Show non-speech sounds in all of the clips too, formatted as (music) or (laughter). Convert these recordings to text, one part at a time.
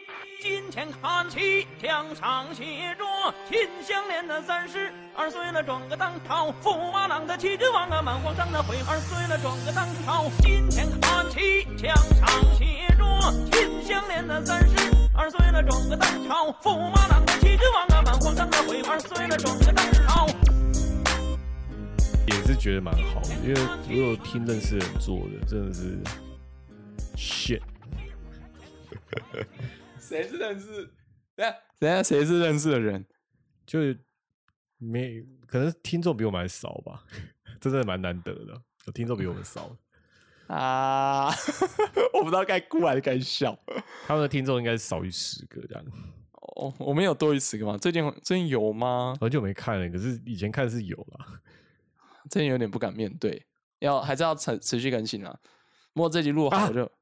门前看齐，墙上写着“秦香莲”的三十二岁了，转个当朝；驸马郎的齐君王啊，满皇上的悔二岁了，转个当朝。金钱看齐，墙上写着“秦香莲”的三十二岁了，转个当朝；驸马郎的齐君王啊，满皇上的悔二岁了，转个当朝。也是觉得蛮好的，因为我有听认识人做的，真的是 shit。谁是认识？等下等下，谁是认识的人？就是没，可能听众比我们还少吧，真的蛮难得的，有听众比我们少。啊，我不知道该哭还是该笑。他们的听众应该是少于十个这样，哦，我们有多余十个吗？最近最近有吗？很久没看了，可是以前看是有啦。最近有点不敢面对，要还是要持持续更新啊。不过这集录好啊我就、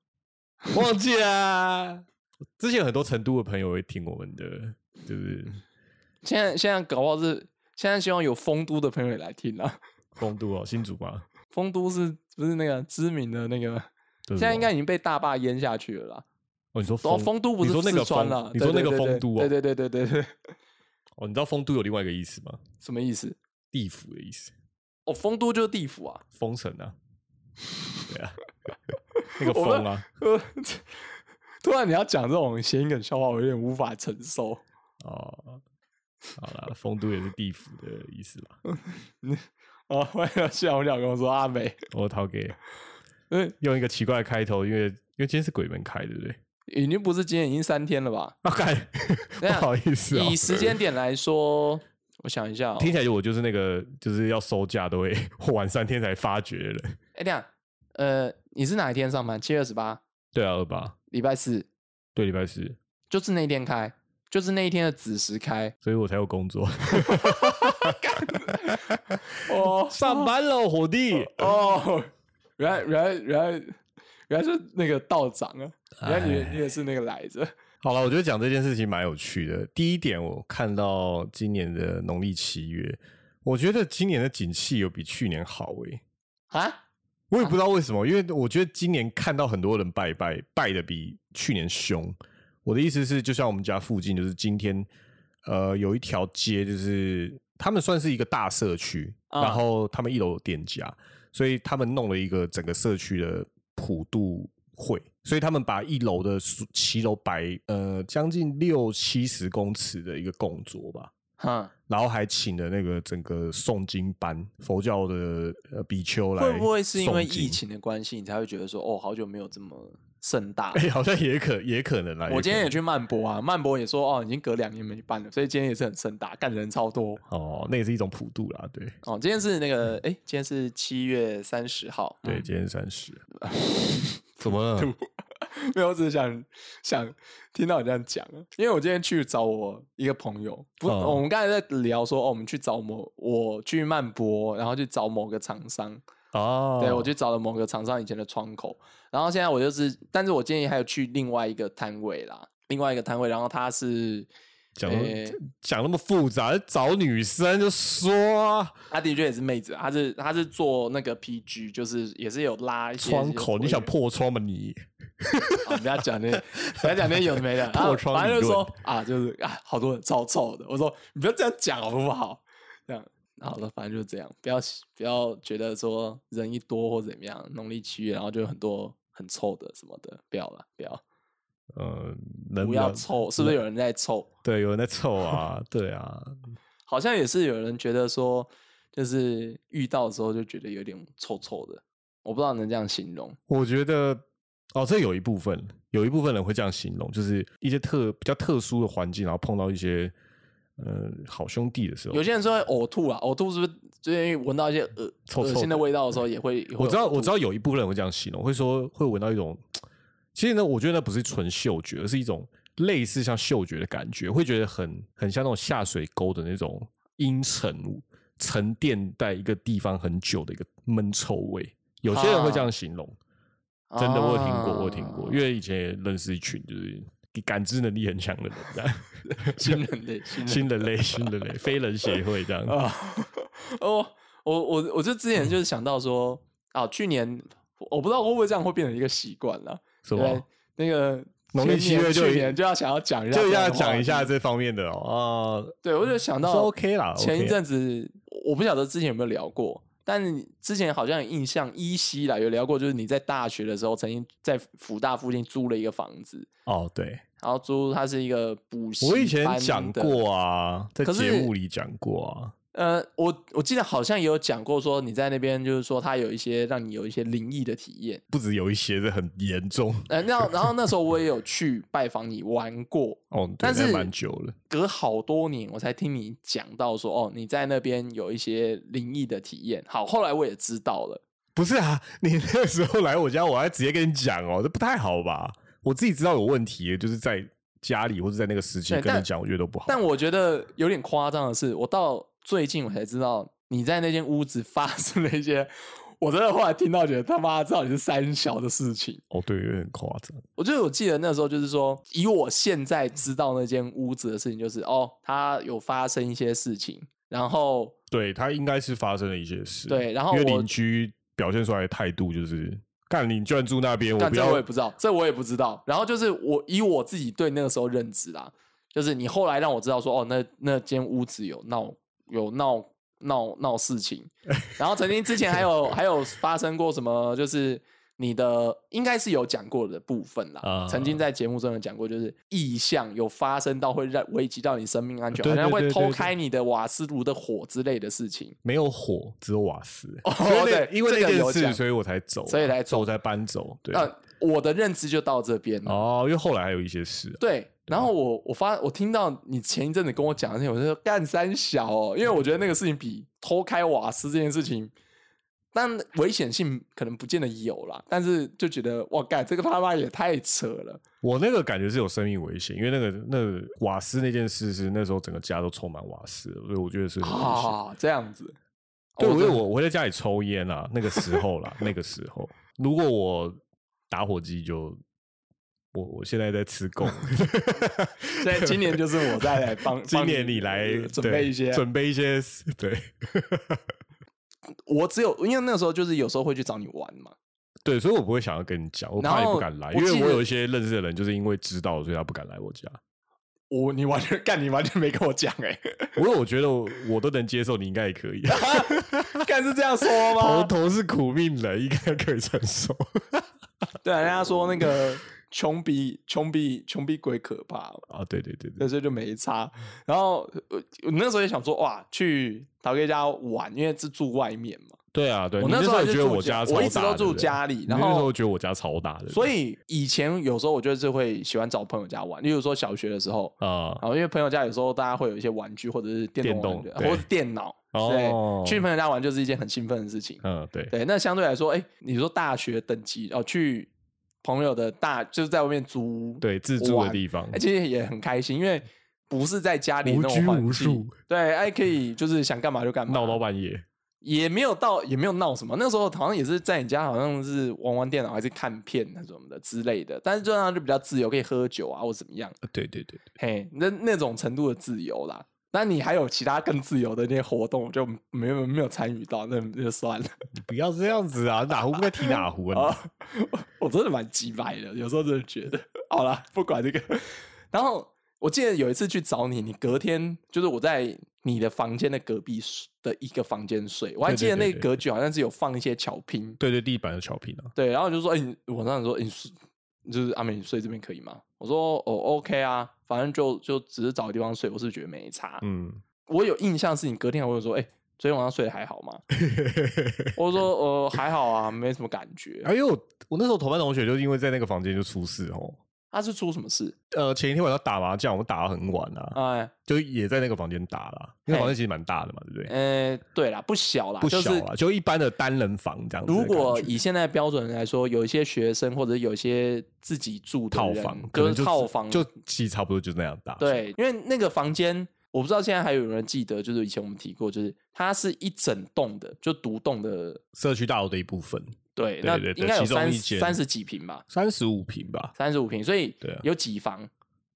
忘记啦，之前有很多成都的朋友会听我们的，就是现在现在搞不好是现在希望有丰都的朋友也来听啊。丰都哦，新竹嘛，丰都是不是那个知名的那个？对现在应该已经被大坝淹下去了啦。哦，你说哦，丰丰都不你是说那个四川丰了，你说那个丰丰都对哦，对对对对对，哦，你知道丰都有另外一个意思吗？什么意思？地府的意思，哦，丰都就是地府啊。封神啊，对啊，那个封啊，呃，这 (laughs) 突然你要讲这种谐音梗笑话，我有点无法承受。哦，好啦，丰都也是地府的意思啦。哦， (laughs) 我有笑，我想跟我说阿 (laughs) 美，我掏给嗯，用一个奇怪的开头，因为因为今天是鬼门开，对不对？已经不是今天，已经三天了吧？啊，干，等不一下好意思啊、以时间点来说，我想一下、哦，听起来我就是那个就是要收假都会晚三天才发觉的人。哎、等一下，呃，你是哪一天上班？七月二十八，对啊，二八礼拜四，对礼拜四，就是那一天开，就是那一天的子时开。所以我才有工作。 (laughs) 哦上班喽，伙计！哦，原来原来原来原来是那个道长啊，原哎来你你也是那个来着。好了，我觉得讲这件事情蛮有趣的。第一点，我看到今年的农历七月，我觉得今年的景气有比去年好欸诶、啊？我也不知道为什么，因为我觉得今年看到很多人拜拜，拜的比去年凶。我的意思是，就像我们家附近，就是今天，呃，有一条街，就是他们算是一个大社区，啊然后他们一楼有店家，所以他们弄了一个整个社区的普渡会，所以他们把一楼的所骑楼摆呃将近六七十公尺的一个供桌吧，哈、然后还请了那个整个诵经班，佛教的呃比丘来，会不会是因为疫？情的关系，你才会觉得说，哦，好久没有这么盛大 (laughs) 了哎、？好像也可也可能啦。我今天也可去曼博啊，曼博也说，哦，已经隔两年没办了，所以今天也是很盛大，干人超多。能哦，那也是一种普渡啦，对哦，今天是那个，哎、今天是七月三十号。嗯对，今天三十， (laughs) 怎么了？嗯没有，我只是想 (laughs) 想听到你这样讲啊，因为我今天去找我一个朋友，不，哦我们刚才在聊说，哦，我们去找某，我去曼博，然后去找某个厂商， (laughs) 哦，对我去找了某个厂商以前的窗口，然后现在我就是，但是我建议还有去另外一个摊位啦，另外一个摊位，然后他是，讲那么诶讲那么复杂，找女生就说、啊、他的确也是妹子，他是他是做那个 PG，就是也是有拉一些窗口，你想破窗吗你？啊，不要讲那，不要讲那有的没的，然后 (laughs) 破窗反正理就论说啊，就是啊，好多人超臭的。我说你不要这样讲好不好？这样，好了，反正就是这样，不要不要觉得说人一多或怎么样，农历七月然后就有很多很臭的什么的，不要了，不要呃，能不要臭，是不是有人在臭？对，有人在凑啊，对啊，好像也是有人觉得说，就是遇到的时候就觉得有点臭臭的，我不知道能这样形容。我觉得哦，这有一部分，有一部分人会这样形容，就是一些特比较特殊的环境，然后碰到一些呃好兄弟的时候有，些人说会呕吐啊，呕吐是不是最近闻到一些恶臭恶臭的心的味道的时候也会？也会我知道呕吐我知道有一部分人会这样形容，会说会闻到一种，其实呢，我觉得那不是纯嗅觉，而是一种类似像嗅觉的感觉，会觉得很很像那种下水沟的那种阴沉沉淀在一个地方很久的一个闷臭味，有些人会这样形容。哦真的，我有听过，我有听过，因为为以前也认识一群就是感知能力很强的人， (laughs) 这样啊新人类，新人新人 (laughs) 类、新人类、非人协会这样。啊，哦，我我我就之前就是想到说，啊，去年我不知道会不会这样会变成一个习惯了，什对么？那个农历七前月年就去年就要想要讲一下，就要讲一下。这方面的哦。对，我就想啊，到是 OK 啦，前 OK 一阵子我不晓得之前有没有聊过，但之前好像有印象依稀啦，有聊过，就是你在大学的时候曾经在福大附近租了一个房子，哦，对，然后租它是一个补习我以前班讲的过啊，在可节是目里讲过啊，呃，我我记得好像也有讲过，说你在那边就是说它有一些让你有一些灵异的体验。不止有一些是很严重呃，那然后那时候我也有去拜访你玩 (laughs) 过，哦，对但那是蛮久了，隔好多年我才听你讲到说哦，你在那边有一些灵异的体验。好，后来我也知道了。不是啊，你那个时候来我家，我还直接跟你讲哦，这不太好吧？我自己知道有问题，就是在家里或者在那个时期对跟你但讲，我觉得都不好。但我觉得有点夸张的是，我到最近我才知道你在那间屋子发生了一些，我真的后来听到觉得他妈到底是三小的事情。哦，对，有点夸张。我就有记得那时候就是说，以我现在知道那间屋子的事情，就是哦，它有发生一些事情，然后对他应该是发生了一些事，对然后因为我邻居表现出来的态度就是，干你居然住那边，我但不这要我也不知道，这我也不知道。然后就是我以我自己对那个时候认知啦，就是你后来让我知道说，哦，那那间屋子有闹有闹闹闹事 (laughs) 情，然后曾经之前还有还有发生过什么，就是你的应该是有讲过的部分啦，啊曾经在节目中有讲过，就是意向有发生到会让危及到你生命安全，对好像对会对偷对开你的瓦斯炉的火之类的事情。没有火，只有瓦斯。哦所以那对因为那这个件有事，讲所以我才走啊，所以才走我才搬走。对，呃，我的认知就到这边了。哦，因为后来还有一些事啊，对，然后我我发我听到你前一阵子跟我讲的那些，我就说干三小哦，因为我觉得那个事情比偷开瓦斯这件事情，但危险性可能不见得有啦，但是就觉得哇干这个他妈也太扯了，我那个感觉是有生命危险，因为那个那个瓦斯那件事是那时候整个家都充满瓦斯了，所以我觉得是很危险。啊这样子，对，哦我我我会在家里抽烟啊，那个时候啦， (laughs) 那个时候，如果我打火机就我我现在在吃供， (laughs) 所以今年就是我再来 (laughs) 帮，今帮年你来呃准对备一些，准备一些对我只有因为那时候就是有时候会去找你玩嘛，对，所以我不会想要跟你讲，我然怕你不后敢来，我因为记我得有一些认识的人就是因为知道，所以他不敢来我家。我你完全干你完全没跟我讲 (laughs) 哎、我我觉得我我都能接受，你应该也 (laughs) 可以。干是这样说吗？头头是苦命人，应该可以承受。对啊，人家说那个穷比穷比穷比鬼可怕嘛，啊，对对对对，对，所以就没差。然后我我那时候也想说，哇，去陶哥家玩，因为是住外面嘛。对啊，对。我你那时也候还觉是得住我家家我超一直大都对不住对家里你然那时后候觉得我家超大的，所以以前有时候我就是会喜欢找朋友家玩，例如说小学的时候，啊，然后因为朋友家有时候大家会有一些玩具或者是电动玩具电动对或者电脑，哦对，去朋友家玩就是一件很兴奋的事情。嗯，对，对，那相对来说，哎、你说大学等级哦，去朋友的大就是在外面租，对自助的地方哎，其实也很开心，因为不是在家里嗯无那种拘环无境束，对，哎，可以就是想干嘛就干嘛，闹到半夜，也没有到也没有闹什么，那时候好像也是在你家，好像是玩玩电脑还是看片啊什么的之类的，但是这样就比较自由，可以喝酒啊或怎么样，对对对，嘿，那那种程度的自由啦。那你还有其他更自由的那些活动，我就没有没有参与到，那那就算了。你不要这样子啊，哪壶不该提哪壶啊啊， (laughs) 我真的蛮鸡掰的，有时候真的觉得。好啦，不管这个。 (laughs) 然后我记得有一次去找你，你隔天就是我在你的房间的隔壁睡的一个房间睡，我还对对记得对那个对格局好像是有放一些巧拼你。对对，地板的巧拼啊，对，然后我就说，哎、你我当时说，哎你睡就是阿美，你睡这边可以吗？我说，哦，OK 啊，反正就就只是找个地方睡，我是觉得没差。嗯， (laughs) 我有印象是你隔天还问我说，哎、昨天晚上睡得还好吗？我说，呃，还好啊，没什么感觉。哎呦，我那时候同班同学就是因为在那个房间就出事哦。他、是出什么事？呃，前一天晚上打麻将，我们打到很晚啊，哎，就也在那个房间打啦，因为嘿房间其实蛮大的嘛，对不对？呃，对啦，不小啦，不小就是啊，就一般的单人房这样子的如感觉。果以现在标准来说，有一些学生或者有一些自己住的套人房，可就能就是套是房，就其实差不多就那样大。对，因为那个房间，我不知道现在还有人记得，就是以前我们提过，就是它是一整栋的，就独栋的，社区大楼的一部分，对，对那对对应该有其中三一间三十几平吧，三十五平吧，三十五平，所以对啊有几房？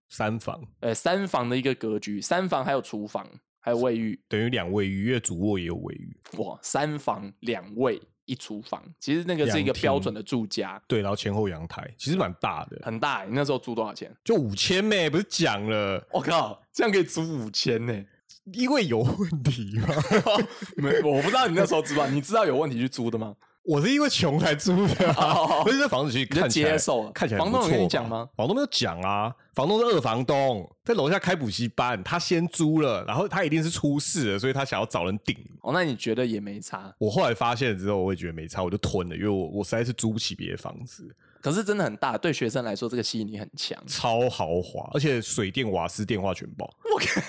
三房呃，三房的一个格局，三房还有厨房，还有卫浴，等于两卫浴，因为主卧也有卫浴。哇，三房两卫，一厨房，其实那个是一个两厅标准的住家，对，然后前后阳台其实蛮大的，很大欸、你那时候租多少钱？就五千妹，不是讲了，我靠，这样可以租五千呢！因为有问题嘛，没，我不知道你那时候知不知道，你知道有问题去租的吗？ (laughs) 我是因为穷才租的、啊， (laughs) 哦所以这房子其实你就看起来接受了看起来房东不错有跟你吧讲吗？房东没有讲啊，房东是二房东，在楼下开补习班，他先租了，然后他一定是出事了，所以他想要找人顶。 (laughs) 哦，那你觉得也没差，我后来发现了之后，我也觉得没差，我就吞了，因为我我实在是租不起别的房子，可是真的很大，对学生来说这个吸引力很强。超豪华，而且水电、瓦斯、电话全包，我看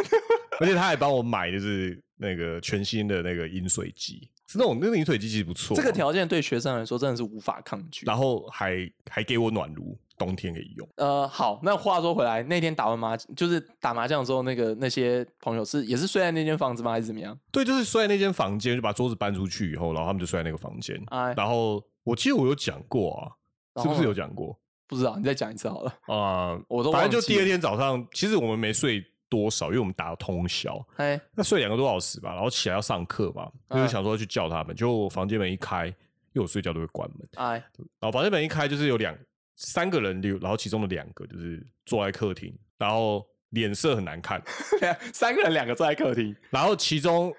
而且他还帮我买就是那个全新的那个饮水机，是那种那个饮水机其实不错，啊这个，条件对学生来说真的是无法抗拒。然后还还给我暖炉，冬天可以用。呃，好，那话说回来，那天打完麻就是打麻将之后，那个那些朋友是也是睡在那间房子吗？还是怎么样？对，就是睡在那间房间，就把桌子搬出去以后，然后他们就睡在那个房间。哎然后我记得我有讲过啊，然是后不是有呢讲过不知道，你再讲一次好了。啊、我都反正忘就记第二了天早上，其实我们没睡多少，因为我们打到通宵，哎，那睡两个多小时吧，然后起来要上课嘛，就是嗯想说要去叫他们，结果我房间门一开，因为我睡觉都会关门，哎，然后房间门一开就是有两三个人留，然后其中的两个就是坐在客厅，然后脸色很难看， (laughs) 三个人，两个坐在客厅。然后其中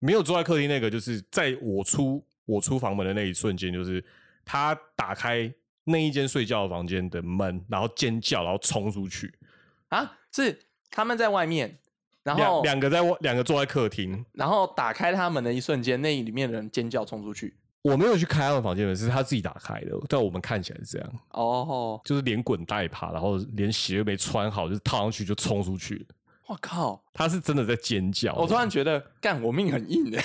没有坐在客厅那个，就是在我出我出房门的那一瞬间，就是他打开那一间睡觉的房间的门，然后尖叫，然后冲出去。啊，是他们在外面，然两后两个在外两个坐在客厅，然后打开他们的一瞬间，那里面的人尖叫冲出去。我没有去开他们房间门，是他自己打开的。在我们看起来是这样，哦，就是连滚带爬，然后连鞋都没穿好，就是套上去就冲出去了。我靠！他是真的在尖叫，我突然觉得，干我命很硬的，欸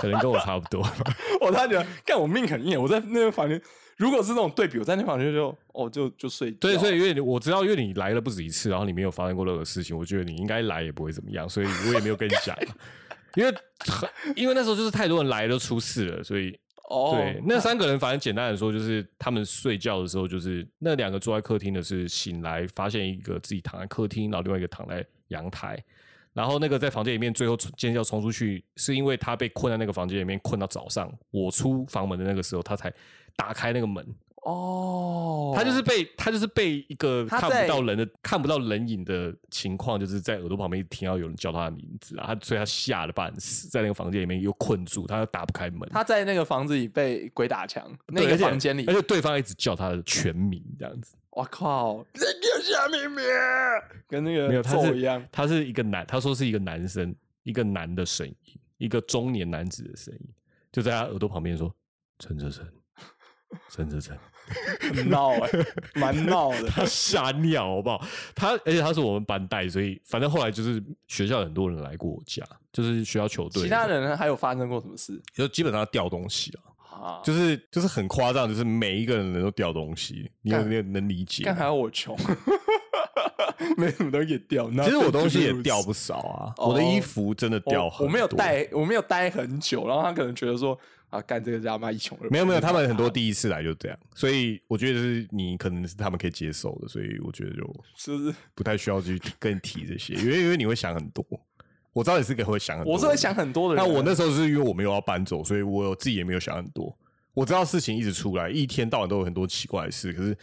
可能跟我差不多。 (laughs) 我突然觉得，干我命很硬。欸我在那个房间，如果是那种对比，我在那房间就哦就就睡觉。对，所以因为你我知道，因为你来了不止一次，然后你没有发生过任何事情，我觉得你应该来也不会怎么样，所以我也没有跟你讲啊，因为很因为那时候就是太多人来了都出事了，所以哦，对那三个人，反正简单的说就是他们睡觉的时候，就是那两个坐在客厅的是醒来发现一个自己躺在客厅，然后另外一个躺在阳台。然后那个在房间里面最后尖叫冲出去，是因为他被困在那个房间里面困到早上。我出房门的那个时候，他才打开那个门，哦，他就是被他就是被一个他看不在到人的看不到人影的情况，就是在耳朵旁边一直听到有人叫他的名字啊，他所以他吓得半死，在那个房间里面又困住，他又打不开门。他在那个房子里被鬼打墙，那对个而且房间里而，且对方一直叫他的全名这样子，我靠，那个夏明明跟那没有个他咒是呃一样，他是一个男，他说是一个男生，一个男的声音，一个中年男子的声音，就在他耳朵旁边说陈哲诚，陈哲诚。很闹 (laughs) 哎，蛮闹 (laughs) 的。他吓尿好不好？他而且他是我们班带，所以反正后来就是学校很多人来过我家，就是学校球队，其他人呢还有发生过什么事就基本上掉东西啊，啊？就是就是很夸张，就是每一个人都掉东西，你有干你有能理解干吗？还好我穷，啊 (laughs) 没什么东西也掉。其实我那东西也掉就是不少啊，哦我的衣服真的掉很我多我没有，待，我没有待很久，然后他可能觉得说啊，干这个家妈一穷二白没有没有，他们很啊多第一次来就这样，所以我觉得是你可能是他们可以接受的，所以我觉得就就是不太需要去跟你提这些，因为因为你会想很多，我知道你是个会想很多，我是会想很多的那人。啊我那时候是因为我没有要搬走，所以我有自己也没有想很多。我知道事情一直出来，一天到晚都有很多奇怪的事，可是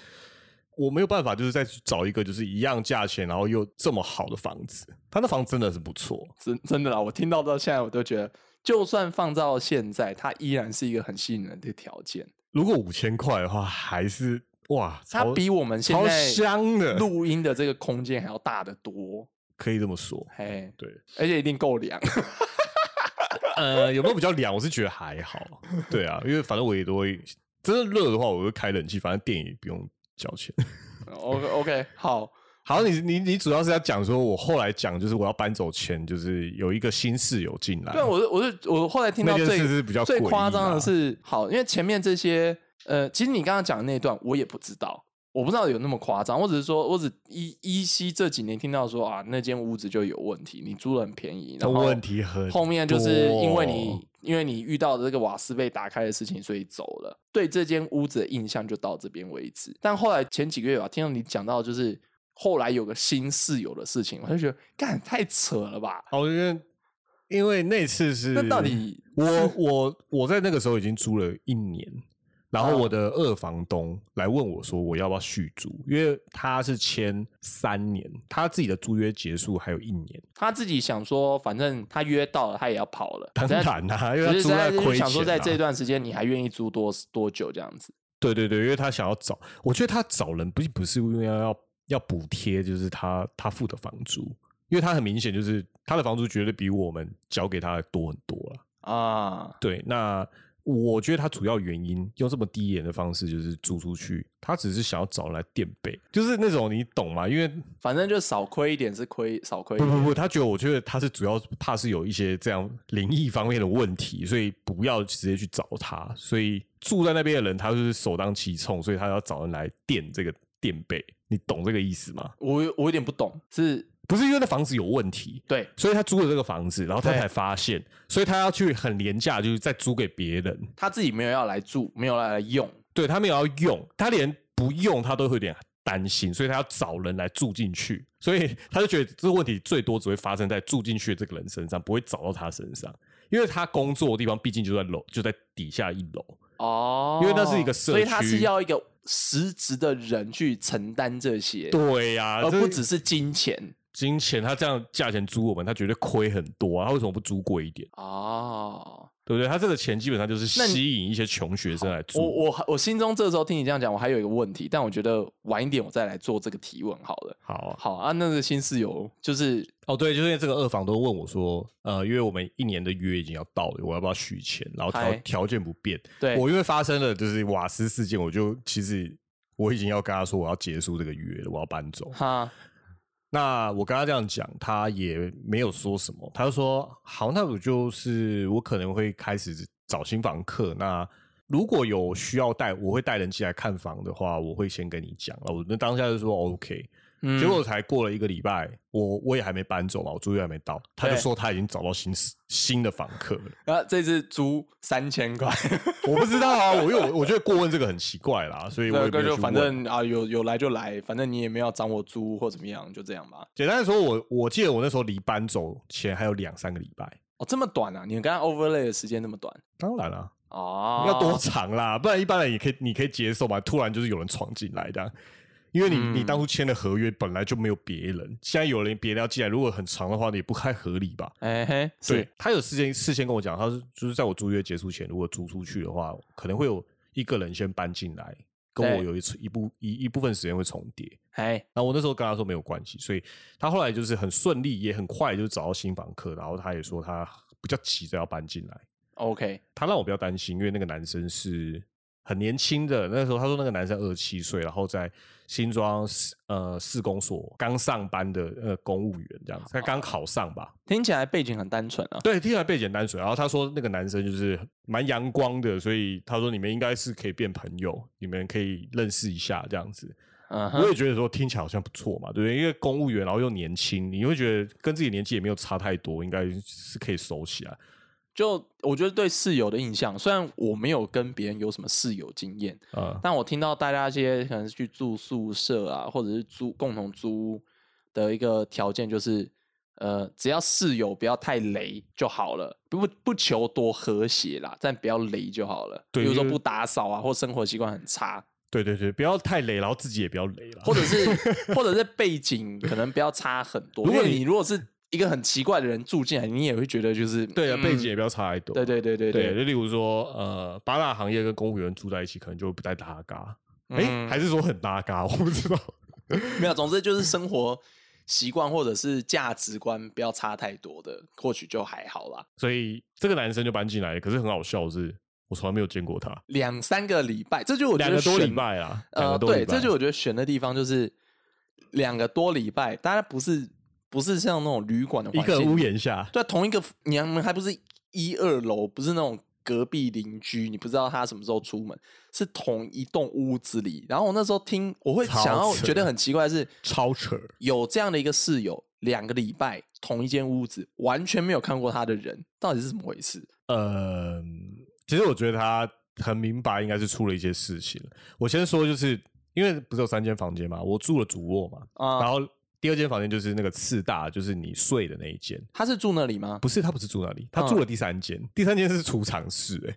我没有办法，就是再去找一个就是一样价钱，然后又这么好的房子。他那房子真的是不错，真真的啦，我听到到现在我都觉得，就算放到现在，它依然是一个很吸引人的条件。如果五千块的话，还是哇，它超比我们现超在香的，录音的这个空间还要大得多。可以这么说。嘿，对，而且一定够凉。 (laughs) 呃，有没有比较凉？我是觉得还好，对啊，因为反正我也都会，真的热的话，我会开冷气，反正电也不用交钱。 OK 哦 OK，好，好，你你你主要是要讲说，我后来讲就是我要搬走前，就是有一个新室友进来，对，啊我是我是我后来听啊那到件最事是比较最诡异夸张啦的是，好，因为前面这些呃，其实你刚刚讲的那一段我也不知道，我不知道有那么夸张，我只是说，我只依依稀这几年听到说啊，那间屋子就有问题，你租了很便宜，那然后问题很后面就是因多为你因为你遇到的这个瓦斯被打开的事情，所以走了。对这间屋子的印象就到这边为止。但后来前几个月吧，听到你讲到就是后来有个新室友的事情，我就觉得干太扯了吧。哦，因为因为那次是那到底我我我在那个时候已经租了一年，然嗯后我的二房东来问我说我要不要续租，因为他是签三年，他自己的租约结束还有一年，他自己想说，反正他约到了，他也要跑了，当只是然啦、因为他只是租在在就是亏钱、想啊。说，在这段时间你还愿意租多多久这样子？对对对，因为他想要找，我觉得他找人不是不是因为要要补贴，就是他他付的房租，因为他很明显就是他的房租绝对比我们交给他的多很多了。啊，对，那我觉得他主要原因用这么低廉的方式就是租出去，他只是想要找人来垫背，就是那种你懂吗？因为反正就少亏一点是亏，少亏一不不点。不，他觉得我觉得他是主要怕是有一些这样灵异方面的问题，所以不要直接去找他。所以住在那边的人，他就是首当其冲，所以他要找人来垫这个垫背，你懂这个意思吗？我有我有点不懂，是不是因为那房子有问题，对所以他租了这个房子，然后他对才发现，所以他要去很廉价，就是再租给别人。他自己没有要来住，没有要来用，对他们也要用，他连不用他都会有点担心，所以他要找人来住进去，所以他就觉得这个问题最多只会发生在住进去的这个人身上，不会找到他身上，因为他工作的地方毕竟就在楼，就在底下一楼。哦，因为那是一个社所以他是区要一个实质的人去承担这些，对呀、而这不只是金钱金钱，他这样价钱租我们，他绝对亏很多啊！他为什么不租贵一点？哦。对不对？他这个钱基本上就是那你吸引一些穷学生来我租。我我心中这时候听你这样讲，我还有一个问题，但我觉得晚一点我再来做这个提问好了。好啊好啊，那个新室友就是哦，对，就是因为这个二房东问我说，呃，因为我们一年的约已经要到了，我要不要续签？然后条嗨条件不变，对我因为发生了就是瓦斯事件，我就其实我已经要跟他说我要结束这个约了，我要搬走。哈，那我跟他这样讲，他也没有说什么，他就说好，那我就是我可能会开始找新房客。那如果有需要带，我会带人进来看房的话，我会先跟你讲。那我那当下就说 OK，、嗯结果才过了一个礼拜，我我也还没搬走嘛，我租约还没到，他就对说他已经找到新新的房客了。啊，这次租三千块，我不知道啊，我因为我我觉得过问这个很奇怪 (laughs) 啦，所以 (laughs) 我也对，没有去就问反正啊，有有来就来，反正你也没有找我租或怎么样，就这样吧。简单的说，我我记得我那时候离搬走前还有两三个礼拜，哦，这么短啊？你们刚刚 overlay 的时间那么短当然啦、哦，要多长啦，不然一般人也可以你可以接受嘛，突然就是有人闯进来的啊。因为你、嗯你当初签的合约本来就没有别人，现在有人别人要进来，如果很长的话，也不太合理吧？哎嘿，对是他有事先事先跟我讲，他是就是在我租约结束前，如果租出去的话，可能会有一个人先搬进来，跟我对有一次一部一一部分时间会重叠。哎然后我那时候跟他说没有关系，所以他后来就是很顺利，也很快就找到新房客，然后他也说他比较急着要搬进来， ，OK，他让我比较担心，因为那个男生是很年轻的，那时候他说那个男生二十七岁，然后在新庄市呃市公所刚上班的呃公务员这样子，他刚考上吧，听起来背景很单纯啊。对，听起来背景单纯。然后他说那个男生就是蛮阳光的，所以他说你们应该是可以变朋友，你们可以认识一下这样子。嗯我哼，也觉得说听起来好像不错嘛，对不对？因为公务员，然后又年轻，你会觉得跟自己年纪也没有差太多，应该是可以熟起来。就我觉得对室友的印象，虽然我没有跟别人有什么室友经验，啊、但我听到大家一些可能是去住宿舍啊，或者是租共同租屋的一个条件就是，呃，只要室友不要太雷就好了，不不求多和谐啦，但不要雷就好了。对比如说就是不打扫啊，或生活习惯很 (laughs) 差，对对对，不要太累，然后自己也不要累了。或者是或者是背景可能不要差很多。如如果果你你如果是一个很奇怪的人住进来，你也会觉得就是对啊，背嗯景也不要差太多。对对对对对，对，就例如说，呃，八大行业跟公务员住在一起，可能就不太搭嘎。哎、嗯还是说很搭嘎， (laughs) 我不知道。没有，总之就是生活习惯或者是价值观不要差太多的，或许就还好啦。所以这个男生就搬进来，可是很好笑的是，我从来没有见过他，两三个礼拜，这就我觉两得个多选礼，拜啦，两呃，个多礼对，拜这就我觉得选的地方就是两个多礼拜，当然不是不是像那种旅馆的一环个境，屋檐下，对啊，同一个你们还不是一二楼，不是那种隔壁邻居，你不知道他什么时候出门，是同一栋屋子里。然后我那时候听，我会超想要扯觉得很奇怪的是，超扯。有这样的一个室友，两个礼拜同一间屋子，完全没有看过他的人，到底是怎么回事？呃，其实我觉得他很明白，应该是出了一些事情。我先说，就是因为不是有三间房间嘛，我住了主卧嘛，啊然后第二间房间就是那个次大，就是你睡的那一间。他是住那里吗？不是，他不是住那里，他嗯住了第三间，第三间是储藏室、欸。哦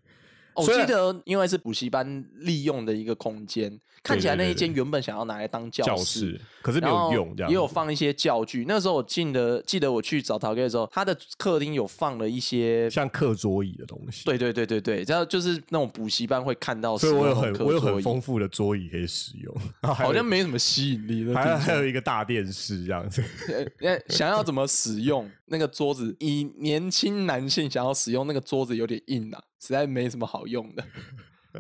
我虽记然得，因为是补习班利用的一个空间，看起来对那对一间对原本想要拿来当教室室，，可是没然有后用，这样也有子放一些教具。那时候我进的，记得我去找陶哥的时候，他的客厅有放了一些，像课桌椅的东西。对对对对对，然后就是那种补习班会看到使所以用我的有课桌椅，很我有很丰富的桌椅可以使用，然后还有好像没什么吸引力。那还有听起还来有一个大电视这样子。呃，呃想要怎么使用那个桌子？以年轻男性想要使用那个桌子有点硬啊，实在没什么好 (laughs) 用的。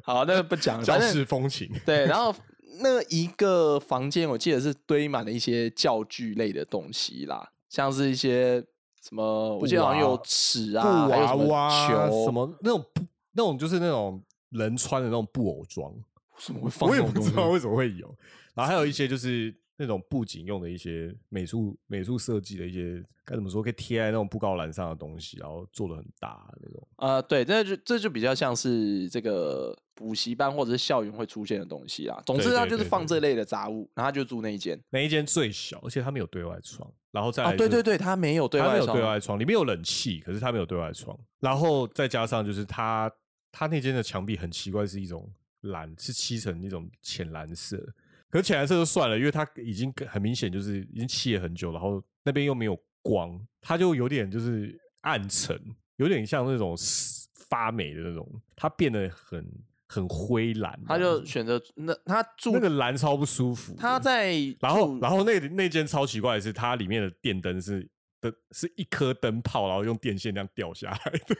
好，那不讲了，教嗯反正室风情，对，然后那一个房间我记得是堆满了一些教具类的东西啦，像是一些什么，我记得好像有尺啊，布还娃有什么娃球，什么那种布那种就是那种人穿的那种布偶装，为什么会放我这也种不东知西？道为什么会有。然后还有一些就是那种布景用的一些美术美术设计的一些该怎么说，可以贴在那种布告栏上的东西，然后做的很大那种。啊、对，这就这就比较像是这个补习班或者是校园会出现的东西啦。总对之，他对就是对放对这类的杂物，然后他就住那一间。那一间最小，而且它没有对外窗，然后再来啊，对就是对对，他没有对它外没有窗对外窗，里面有冷气，可是它没有对外窗。然后再加上就是它它那间的墙壁很奇怪，是一种蓝，是漆成那种浅蓝色。可是浅蓝色就算了，因为它已经很明显就是已经漆了很久，然后那边又没有光，它就有点就是暗沉，有点像那种发霉的那种，它变得很很灰蓝。他就选择那他住、那个蓝超不舒服的，他在然后住，然后那那间超奇怪的是，它里面的电灯是的是一颗灯泡，然后用电线这样掉下来的，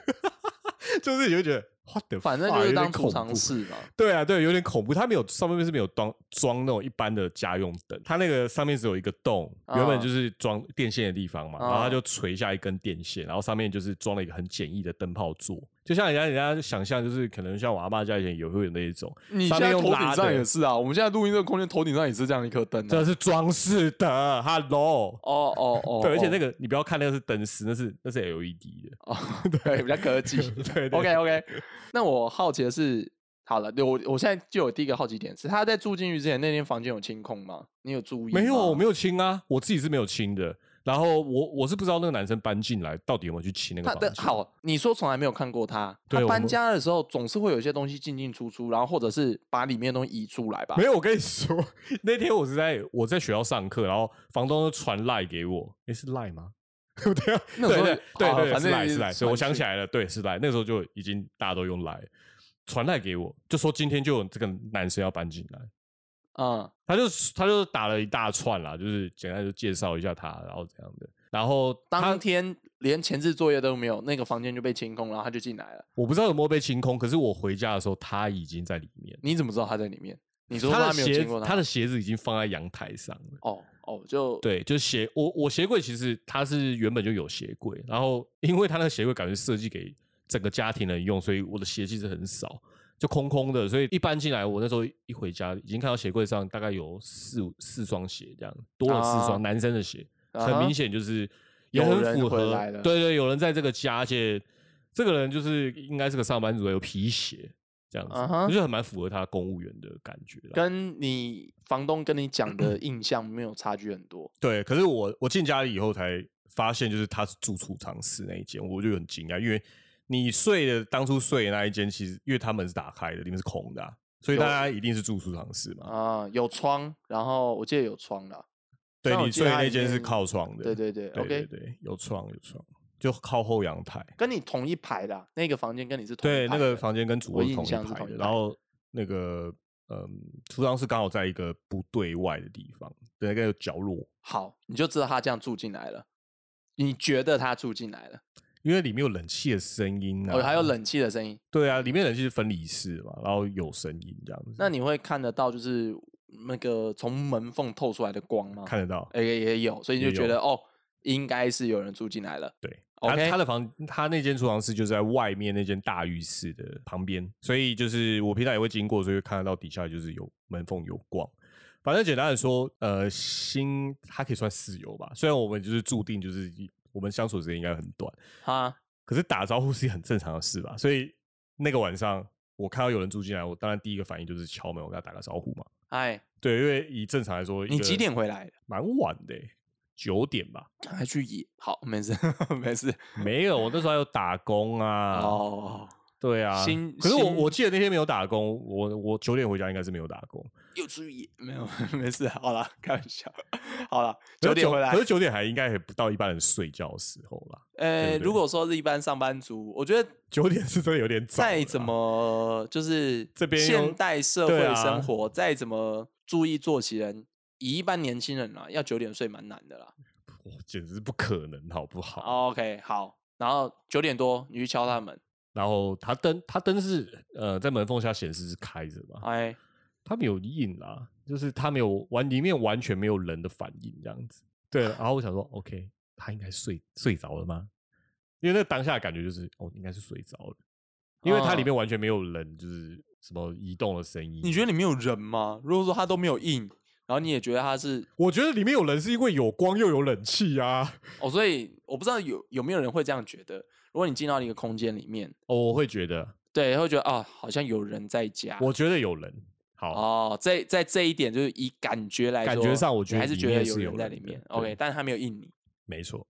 (laughs) 就是你会觉得 what the，反正 fuck，就是有点当储恐藏怖室嘛。对啊，对，有点恐怖。它没有上面是没有装装那种一般的家用灯，它那个上面只有一个洞，啊原本就是装电线的地方嘛，啊然后它就垂下一根电线，然后上面就是装了一个很简易的灯泡座，就像人家人家想象，就是可能像我阿妈家以前也会有那一种，你上现面在用头拉顶上的也是啊，我们现在录音这个空间头顶上也是这样一颗灯、啊。这是装饰的，hello。哦哦哦，对，而且那个个你不要看那个是灯丝，那是那是 LED 的。哦，对，比较科技。 (laughs) 对对 OK OK，那我好奇的是，好了，对我我现在就有第一个好奇点是，他在住进去之前那间房间有清空吗？你有注意吗？没有，我没有。有清啊，我自己是没有清的。然后我我是不知道那个男生搬进来到底有没有去清那个他房的间。好，你说从来没有看过他，对他我搬们家的时候总是会有一些东西进进出出，然后或者是把里面的东西移出来吧没。有，我跟你说，那天我是在我在学校上课，然后房东就传赖给我，诶，是赖吗？ (laughs) 对啊，那对个时候对对啊对，反是正赖是传赖，所以我想讯起来了，对是赖，那时候就已经大家都用赖，传赖给我，就说今天就有这个男生要搬进来，嗯，他就他就打了一大串啦，就是简单就介绍一下他，然后怎样的，然后他当天连前置作业都没有，那个房间就被清空，然后他就进来了。我不知道有没有被清空，可是我回家的时候他已经在里面。你怎么知道他在里面？你说他的没有鞋经子过，他的鞋子已经放在阳台上了。哦哦，就对，就是鞋，我我鞋柜其实它是原本就有鞋柜，然后因为它那个鞋柜感觉设计给整个家庭人用，所以我的鞋其实很少，就空空的，所以一搬进来，我那时候一回家已经看到鞋柜上大概有四五四双鞋这样，多了四双、啊男生的鞋，啊很哈明显就是也有很人符回合来了，对对，有人在这个家，而且这个人就是应该是个上班族，有皮鞋这样子，啊哈就是很蛮符合他公务员的感觉啦。跟你房东跟你讲 (clears throat) 的印象没有差距很多。对，可是我我进家里以后才发现，就是他是住储藏室那一间，我就很惊讶，因为你睡的当初睡的那一间，其实因为他门是打开的，里面是空的啊、所以有大家一定是住储藏室嘛。啊，有窗，然后我记得有窗啦。对但我你记得睡的它那里间是面靠窗的，对对对对对，OK，对，有窗有窗，就靠后阳台。跟你同一排啦，那个房间跟你是同一对，那排个的房间跟主我卧是印同象一是排同一的，排然后那个嗯，储藏室刚好在一个不对外的地方的那个角落，好，你就知道他这样住进来了。你觉得他住进来了，因为里面有冷气的声音啊，哦，还有冷气的声音，对啊，里面人是分离式嘛，然后有声音这样子，那你会看得到就是那个从门缝透出来的光吗？看得到？诶也也有，所以你就也觉有得哦，应该是有人住进来了。对，他 OK 他的房，他那间储藏室就在外面那间大浴室的旁边，所以就是我平常也会经过，所以会看得到底下就是有门缝有光。反正简单的说，呃，新他可以算室友吧，虽然我们就是注定就是我们相处的时间应该很短，哈，可是打招呼是很正常的事吧。所以那个晚上我看到有人住进来，我当然第一个反应就是敲门，我跟他打个招呼嘛。哎，对，因为以正常来说，你几点？回来的？蛮晚的欸、九点吧，还去野，好，没事 (laughs) 没事。没有，我那时候还有打工啊。哦，对啊新，可是我新我记得那天没有打工，我我九点回家应该是没有打工，又去野，没有 (laughs) 没事，好了，开玩笑，(laughs) 好了，可九是点回来可。是九点还应该还不到一般人睡觉的时候啦。呃，对不如对果说是一般上班族，我觉得九点是真的有点早了啦，再怎么就是啊这边又现代社对会啊生活，再怎么注意作息人，以一般年轻人啦，要九点睡蛮难的啦。哦哇，简直是不可能，好不好？ OK，好，然后九点多你去敲他们，然后他灯，他灯是呃在门缝下显示是开着嘛，哎，他没有印啊，就是他没有完里面完全没有人的反应这样子。对，然后我想说，OK，他应该睡睡着了吗？因为那当下的感觉就是，哦，应该是睡着了，因为它里嗯面完全没有人，就是什么移动的声音。你觉得里面有人吗？如果说他都没有应，然后你也觉得他是我觉得里面有人是因为有光又有冷气 (laughs) 啊。哦，所以我不知道有有没有人会这样觉得。如果你进到一个空间里面，哦，我会觉得，对，会觉得啊、好像有人在家。我觉得有人。好，哦，在在这一点就是以感觉来说，感觉上我觉你得还是里觉面得是有有人在人里的面。对 OK，但是他没有应你。没错。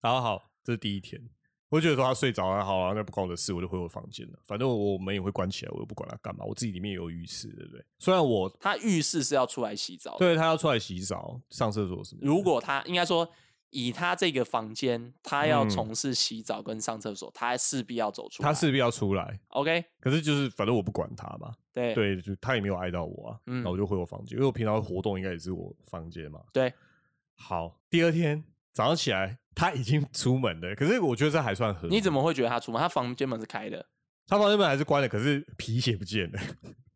然后好，这是第一天，我就觉得说他睡着了，好啊，那不关我的事，我就回我房间了。反正我我门也会关起来，我又不管他干嘛，我自己里面也有浴室，对不对？虽然我他浴室是要出来洗澡的。对他要出来洗澡、上厕所什么的，哦如果他应该说，以他这个房间，他要嗯从事洗澡跟上厕所，他势必要走出来。他势必要出来， OK，可是就是反正我不管他嘛，对对，就他也没有挨到我啊，嗯然后我就回我房间，因为我平常活动应该也是我房间嘛。对好，第二天早上起来他已经出门了，可是我觉得这还算合理。你怎么会觉得他出门？他房间门是开的。他房间门还是关了，可是皮鞋不见了。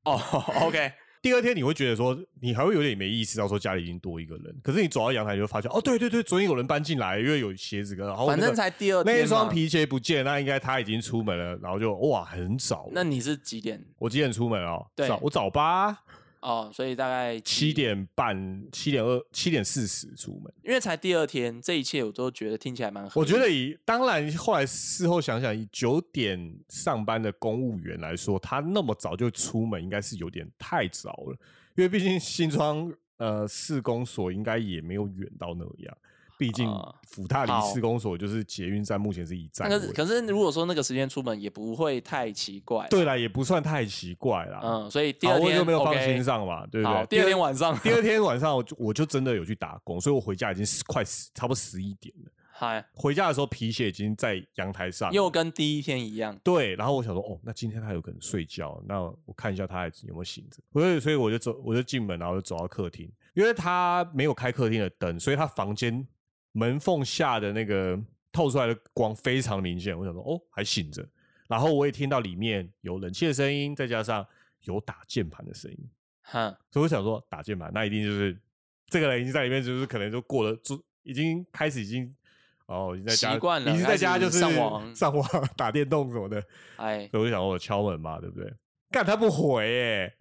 哦 (laughs) ，OK，第二天你会觉得说，你还会有点没意识到说家里已经多一个人，可是你走到阳台你就发现，哦，对对对，昨天有人搬进来，因为有鞋子跟，然后反哦那正个才第二天那嘛一双。皮鞋不见，那应该他已经出门了，然后就哇很早，那你是几点？我几点出门哦？嗯对早我早八哦，所以大概七几，点半、七点二、七点四十出门。因为才第二天，这一切我都觉得听起来蛮合 (laughs) 我理的。觉得以当然后来事后想想，以九点上班的公务员来说，他那么早就出门，应该是有点太早了，因为毕竟新庄呃市公所应该也没有远到那样。毕竟啊府大好离市公所就是捷运站，目前是一站那可是，位。可是如果说那个时间出门也不会太奇怪。，对啦，也不算太奇怪啦。嗯，所以第好二我天就没有放 OK 心上嘛，对不好对？ (laughs) 第二天晚上第二天晚上我就我就真的有去打工，所以我回家已经十快十差不多十一点了。嗨，回家的时候皮鞋已经在阳台上，又跟第一天一样。对，然后我想说，哦，那今天他有可嗯能睡觉，那我看一下他还有没有醒着。所以，所以我就走，我就进门，然后就走到客厅，因为他没有开客厅的灯，所以他房间门缝下的那个透出来的光非常明显。我想说，哦，还醒着。然后我也听到里面有冷气的声音，再加上有打键盘的声音，哼，所以我想说，打键盘那一定就是这个人已经在里面，就是可能就过了，就已经开始已经哦，已经在家习惯了已经在家开始就是上网上网 (laughs) 打电动什么的。哎，所以我就想说我敲门嘛，对不对？干他不回耶、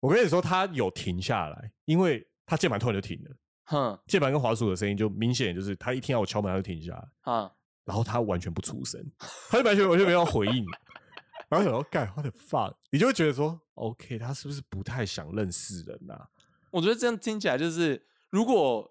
我跟你说，他有停下来，因为他键盘突然就停了，哼键盘跟滑鼠的声音就明显就是他一听到我敲门他就停下来，啊，然后他完全不出声，他就完全完全没有回应。 (laughs) 然后想说，干我的 fuck，你就会觉得说，OK，他是不是不太想认识人啊？我觉得这样听起来就是，如果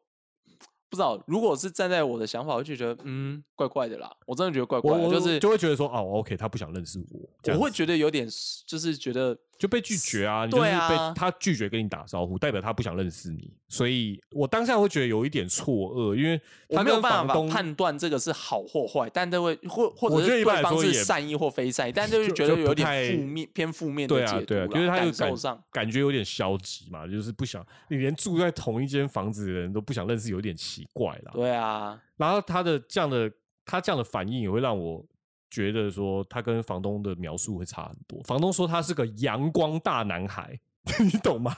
不知道，如果是站在我的想法，我就觉得嗯，怪怪的啦。我真的觉得怪怪我的，我就是就会觉得说，哦，OK，他不想认识我，这样我会子觉得有点，就是觉得就被拒绝啊，你就是对被啊他拒绝跟你打招呼，代表他不想认识你，所以我当下会觉得有一点错愕，因为我他没有跟办房法东判断这个是好或坏，但都会或或我者觉得是一般来对方说是也善意或非善意，但就就是觉就得有不点太负面偏负面对的啊解对啊，读就是啦他有感感受上。感觉有点消极嘛，就是不想你连住在同一间房子的人都不想认识，有点奇怪啦。对啊，然后他的这样的他这样的反应也会让我觉得说，他跟房东的描述会差很多。房东说他是个阳光大男孩， (laughs) 你懂吗？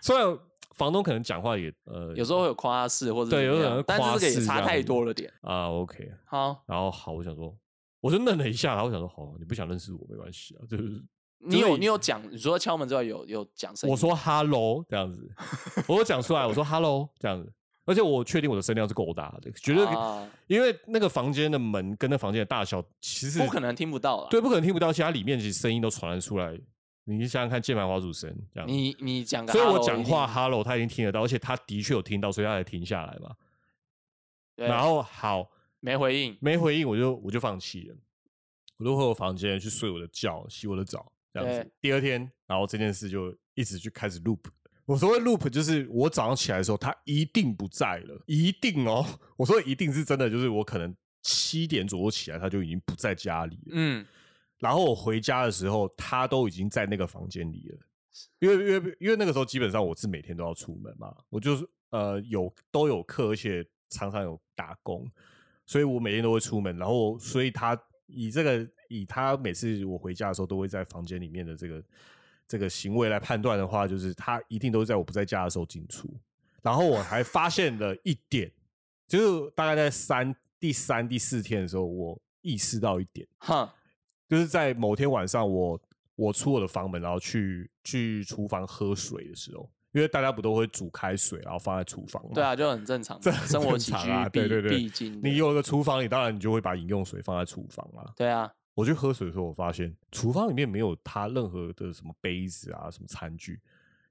虽然房东可能讲话也呃有时候会有夸饰或者对怎么有样可能但是夸这个也饰差这样太子多了点。啊 OK，好，然后好，我想说，我就愣了一下，然后我想说，好，你不想认识我没关系啊，就是你所有以你有讲，你说敲门之外有有讲声音，我说 “hello” 这样子，我有讲出来，我说 “hello” 这样子，而且我确定我的声量是够大的，绝对可以，啊因为那个房间的门跟那房间的大小其实不可能听不到了。对，不可能听不到，其他里面其实声音都传得出来。你想想看，键盘滑鼠声这样，你你讲个所以 hello 一我讲定，话 “hello” 他已经听得到，而且他的确有听到，所以他才停下来嘛。对然后好没回应，没回应，我就我就放弃了，我就回我房间去睡我的觉，洗我的澡，这样子对。第二天，然后这件事就一直去开始 loop。我所谓 loop 就是我早上起来的时候，他一定不在了，一定哦。 (laughs) 我说的一定是真的，就是我可能七点左右起来，他就已经不在家里了。嗯，然后我回家的时候，他都已经在那个房间里了。因为因为因为那个时候基本上我是每天都要出门嘛，我就是呃有都有课，而且常常有打工，所以我每天都会出门。然后所以他以这个以他每次我回家的时候都会在房间里面的这个这个行为来判断的话，就是他一定都是在我不在家的时候进出。然后我还发现了一点，就是大概在三第三第四天的时候，我意识到一点。哼，就是在某天晚上我，我出我的房门，然后去去厨房喝水的时候，因为大家不都会煮开水，然后放在厨房嘛。对啊，，就很正常嘛，这很生活正起常居啊必对对对必经的，你有了个厨房，你当然你就会把饮用水放在厨房啦。对啊，我去喝水的时候，我发现厨房里面没有它任何的什么杯子啊、什么餐具，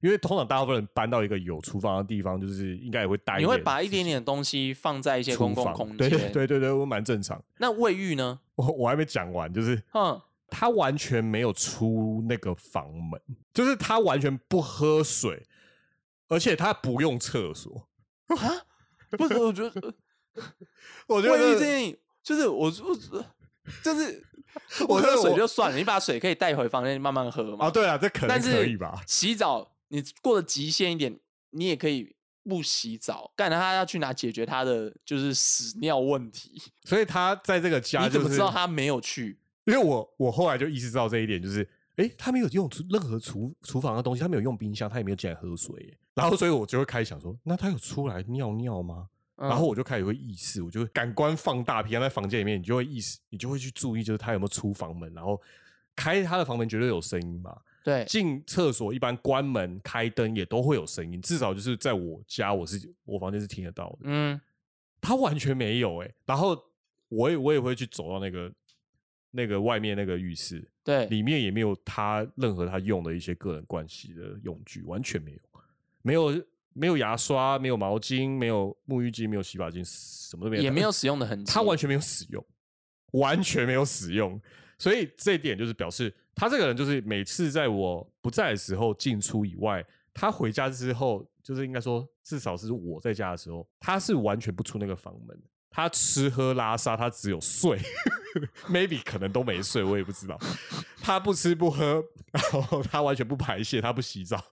因为通常大部分人搬到一个有厨房的地方，就是应该也会带你点会把一自己点点东西放在一些厨公共房空间，对对对对对，我蛮正常。那卫浴呢？我我还没讲完，就是 (laughs) 哼，他完全没有出那个房门，就是他完全不喝水，而且他不用厕所。不是，我觉呃得我觉得卫浴这件事情就是我我 (laughs) 就是呃我觉不得喝水我就算了，你把水可以带回房间慢慢喝嘛。啊，对啊，这可能但是可以吧？洗澡你过得极限一点，你也可以不洗澡，干他要去哪解决他的就是屎尿问题？所以他在这个家、你啊就是，怎么知道？他没有去？嗯因为我我后来就意识到这一点，就是诶，他没有用厨任何厨厨房的东西，他没有用冰箱，他也没有进来喝水耶，然后所以我就会开始想说，那他有出来尿尿吗？嗯然后我就开始会意识，我就会感官放大，平常在房间里面，你就会意识，你就会去注意，就是他有没有出房门，然后开他的房门绝对有声音嘛。对，进厕所一般关门开灯也都会有声音，至少就是在我家，我是我房间是听得到的。嗯，他完全没有哎、然后我也我也会去走到那个那个外面那个浴室，对，里面也没有他任何他用的一些个人关系的用具，完全没有，没有没有牙刷，没有毛巾，没有沐浴巾，没有洗发精，什么都没有，也没有使用的痕迹。他完全没有使用，完全没有使用，所以这一点就是表示他这个人就是每次在我不在的时候进出以外，他回家之后，就是应该说至少是我在家的时候，他是完全不出那个房门，他吃喝拉撒，他只有睡 (laughs) ，maybe 可能都没睡，我也不知道，他不吃不喝，然后他完全不排泄，他不洗澡。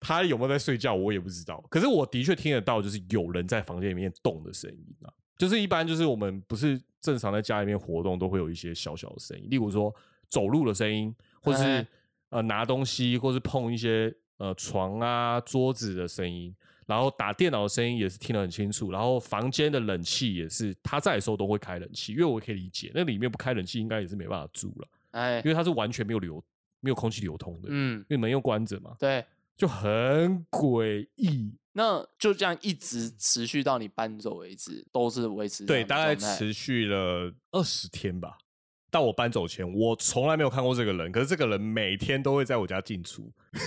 他有没有在睡觉，我也不知道。可是我的确听得到，就是有人在房间里面动的声音啊。就是一般就是我们不是正常在家里面活动都会有一些小小的声音，例如说走路的声音，或是、哎呃拿东西，或是碰一些呃床啊桌子的声音，然后打电脑的声音也是听得很清楚，然后房间的冷气也是他在的时候都会开冷气，因为我可以理解那里面不开冷气应该也是没办法住了，哎因，为它是完全没有流没有空气流通的，嗯因，为门又关着嘛，对，就很诡异。那就这样一直持续到你搬走为止，都是维持这对，样的大概状态持续了二十天吧。到我搬走前，我从来没有看过这个人，可是这个人每天都会在我家进出， (laughs)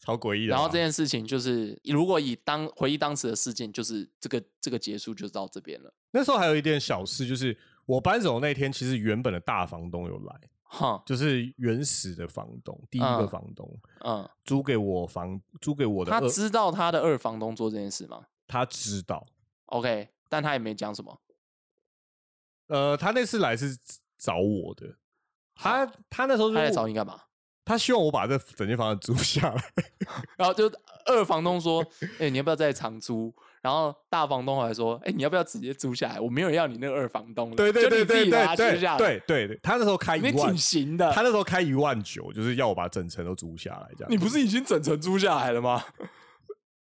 超诡异的吧。然后这件事情就是，如果以当回忆当时的事件，就是这个这个结束就到这边了。那时候还有一点小事，就是我搬走那天，其实原本的大房东有来，哼，就是原始的房东，第一个嗯房东、嗯，租给我房，租给我的呃他二知道他的二房东做这件事吗他知道， ？OK，但他也没讲什么。呃，他那次来是找我的，他他那时候他就来找你干嘛？他希望我把这整间房子租下来。然后就二房东说：“哎、你要不要再长租？”然后大房东还说：“哎、你要不要直接租下来？我没有人要你那个二房东了，对对就对你自对己把对它对租下来，对对对，他那时候开一你万挺，行的。他那时候开一万九，就是要我把整层都租下来这样。你不是已经整层租下来了吗？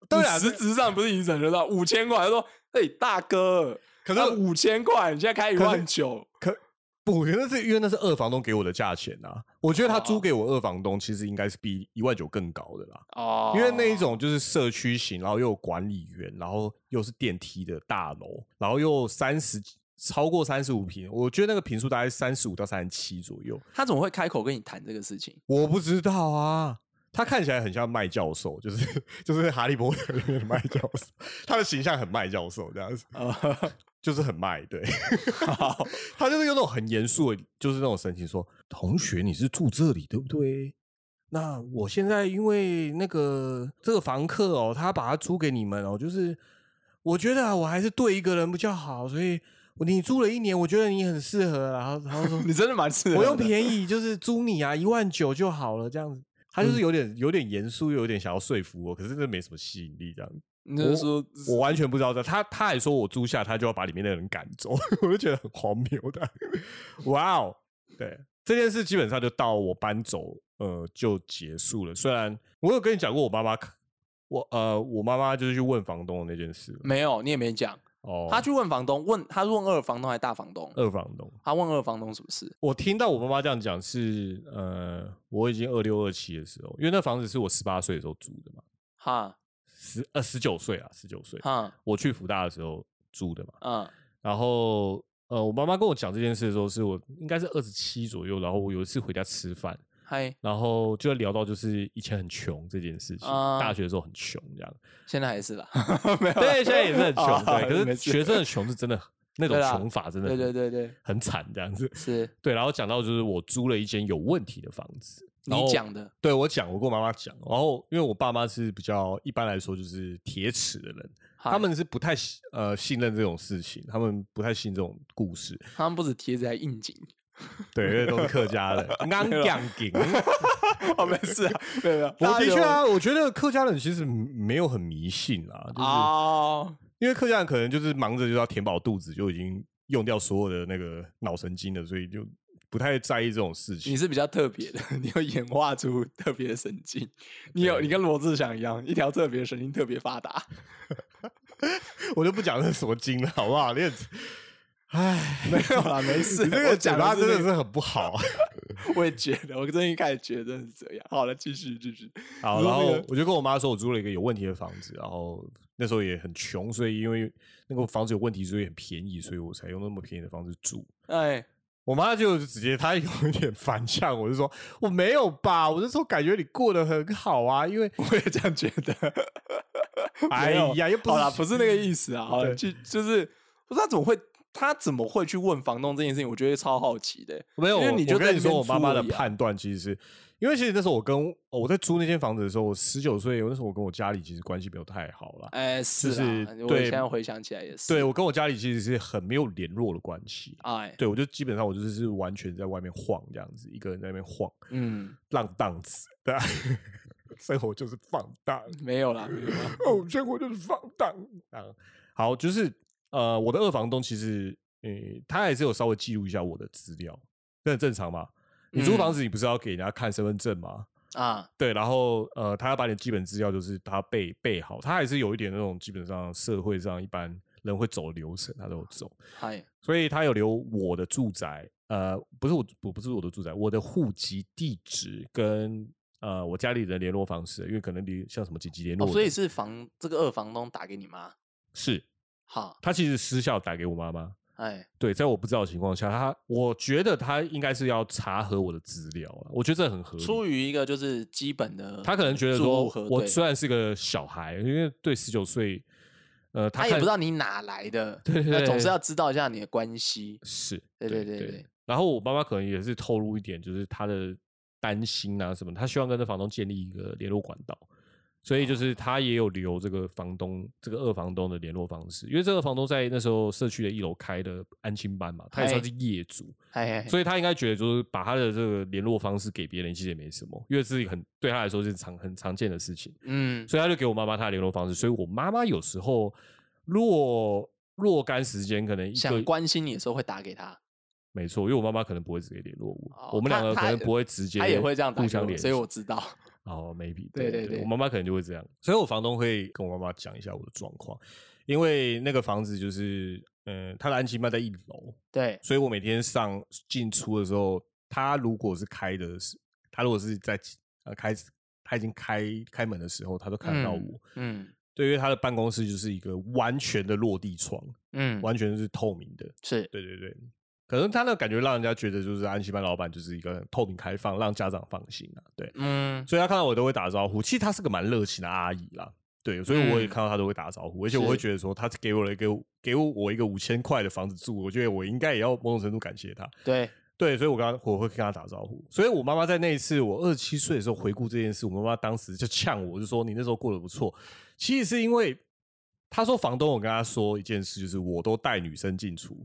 对啊你实质上不是已经整层到啊五千块？他说：“哎、大哥，啊可是五千块，你现在开一可是万九，可不，可是是因为那是二房东给我的价钱啊。我觉得他哦租给我二房东，其实应该是比一万九更高的啦。哦因为那一种就是社区型，然后又有管理员，然后又是电梯的大楼，然后又三十超过三十五平，我觉得那个平数大概三十五到三十七左右。他怎么会开口跟你谈这个事情？我不知道啊，他看起来很像麦教授，就是就是《哈利波特》里面的麦教授，他的形象很麦教授这样子，啊，就是很麦。对， (laughs) 好，他就是有那种很严肃的，就是那种神情说：“同学，你是住这里对不对？那我现在因为那个这个房客哦，他把它租给你们哦，就是我觉得啊，我还是对一个人比较好，所以我你租了一年，我觉得你很适合啊。”然后然后 (laughs) 说你真的蛮适合的。我用便宜就是租你啊，一万九就好了，这样子。他就是有点有点严肃，又有点想要说服我，可是真的没什么吸引力，这样。你就是说，我完全不知道这，他他还说我租下，他就要把里面的人赶走， (laughs) 我就觉得很荒谬的。哇哦，对，这件事基本上就到我搬走，呃，就结束了。虽然我有跟你讲过我妈妈，我呃，我妈妈就是去问房东的那件事了没有，你也没讲。哦，嗯他去问房东，问他是问二房东还是大房东？二房东，他问二房东什么事？我听到我妈妈这样讲是，呃，我已经二六二七的时候，因为那房子是我十八岁的时候租的嘛，哈十呃十九岁啊，十九岁，哈我去福大的时候租的嘛。嗯然后呃，我妈妈跟我讲这件事的时候，是我应该是二十七左右，然后我有一次回家吃饭，嗨，然后就聊到就是以前很穷这件事情，啊大学的时候很穷这 (laughs) 样，现在 (laughs) 还是啦，没有啦，对，现在也是很哦穷， (laughs) 对，可没是事学生的穷是真的很那种对啦穷法真的对很对对对，很惨这样子， (laughs) 是 (laughs) 对，然后讲到就是我租了一间有问题的房子，然你后讲的，对我讲，我跟我妈妈讲，然后因为我爸妈是比较一般来说就是铁齿的人，嗨他们是不太信呃信任这种事情，他们不太信这种故事，他们不止贴着还应景，对，因为都是客家 (laughs) 人，啊安港顶。哦，没事啊，没有没有，我大家的有确啊，我觉得客家人其实没有很迷信啊，就是哦，因为客家人可能就是忙着就要填饱肚子，就已经用掉所有的那个脑神经了，所以就不太在意这种事你情。是比较特别的， (laughs) 你有演化出特别的神经，你有对你跟罗志祥一样，一条特别的神经特别发达， (laughs) 我就不讲那是什么经了，好不好？你很，唉，没有啦，没事， (laughs) 你这我个嘴讲巴真的是是很不好。啊 (laughs) 那个，我也觉得，我最近开始觉得是这样。好了，继续继续，好，你说然那后个我就跟我妈说，我租了一个有问题的房子，然后那时候也很穷，所以因为那个房子有问题，所以很便宜，所以我才用那么便宜的房子住。哎，我妈就直接，她有一点反呛，我就说我没有吧，我那时候感觉你过得很好啊，因为我也这样觉得。哎 (laughs) 没有呀，又不好是啦，不是那个意思啊，好啦对就就是不知道怎么会。他怎么会去问房东这件事情？我觉得超好奇的、没有，因为你就我在跟你说，那边我妈妈住而的已啊判断其实是因为其实那时候我跟哦我在租那间房子的时候，我十九岁，那时候我跟我家里其实关系没有太好 (laughs) 啦。哎、是就啦是我对现在回想起来啊也是，对，我跟我家里其实是很没有联络的关系。啊哎，对，我就基本上我就是是完全在外面晃这样子，一个人在那边晃嗯，浪荡子，对啊， (laughs) 生活就是放荡。没有啦，没有啦哦，生活就是放荡啊。好，就是呃，我的二房东其实，呃，他还是有稍微记录一下我的资料，这很正常嘛。你租嗯房子，你不是要给人家看身份证吗？啊，对，然后呃，他要把你的基本资料就是他背背好，他还是有一点那种基本上社会上一般人会走的流程，他都有走，嗨，所以他有留我的住宅，呃，不是我，我不是我的住宅，我的户籍地址跟呃我家里的联络方式，因为可能你像什么紧急联络哦，的、所以是房这个二房东打给你妈，是好，他其实私下打给我妈妈，哎，对，在我不知道的情况下，他我觉得他应该是要查核我的资料了，我觉得这很合出理。于一个就是基本的，嗯他可能觉得住说户核，我对虽然是个小孩，因为对十九岁，呃，他也看不知道你哪来 (laughs) 的，对对那总是对要知道一下你的关系，是，对对对对对然后我妈妈可能也是透露一点，就是她的担心啊什么，她希望跟这房东建立一个联络管道，所哦以就是她也有留这个房东这个二房东的联络方式，因为这个房东在那时候社区的一楼开的安亲班嘛，他也算哎是业主。哎，所以他应该觉得就是把他的这个联络方式给别人，其实也没什么，因为是很对他来说是常很常见的事情，嗯，所以他就给我妈妈他的联络方式。所以我妈妈有时候若若干时间，可能一想个关心你的时候会打给他，没错，因为我妈妈可能不会直接联络我，哦我们他两个他可能不会直接，他也会这样打互给相我，联系，所以我知道，哦，maybe，对对对对我妈妈可能就会这样，所以我房东会跟我妈妈讲一下我的状况，因为那个房子就是，嗯，他的安琪班在一楼，对，所以我每天上进出的时候，他如果是开的是，他如果是在呃开他已经开开门的时候，他都看得到我。嗯嗯对，因为他的办公室就是一个完全的落地窗，嗯，完全是透明的。是对对对。可能他那个感觉让人家觉得就是安琪班老板就是一个很透明开放，让家长放心啊。对，嗯，所以他看到我都会打招呼。其实她是个蛮热情的阿姨啦，对，所以我也看到她都会打招呼，而且我会嗯是觉得说，她给我了一个给我一个五千块的房子住，我觉得我应该也要某种程度感谢她。对，对，所以我跟她我会跟她打招呼。所以我妈妈在那一次我二十七岁的时候回顾这件事，我妈妈当时就呛我，就说你那时候过得不错。其实是因为她说房东，我跟她说一件事，就是我都带女生进出，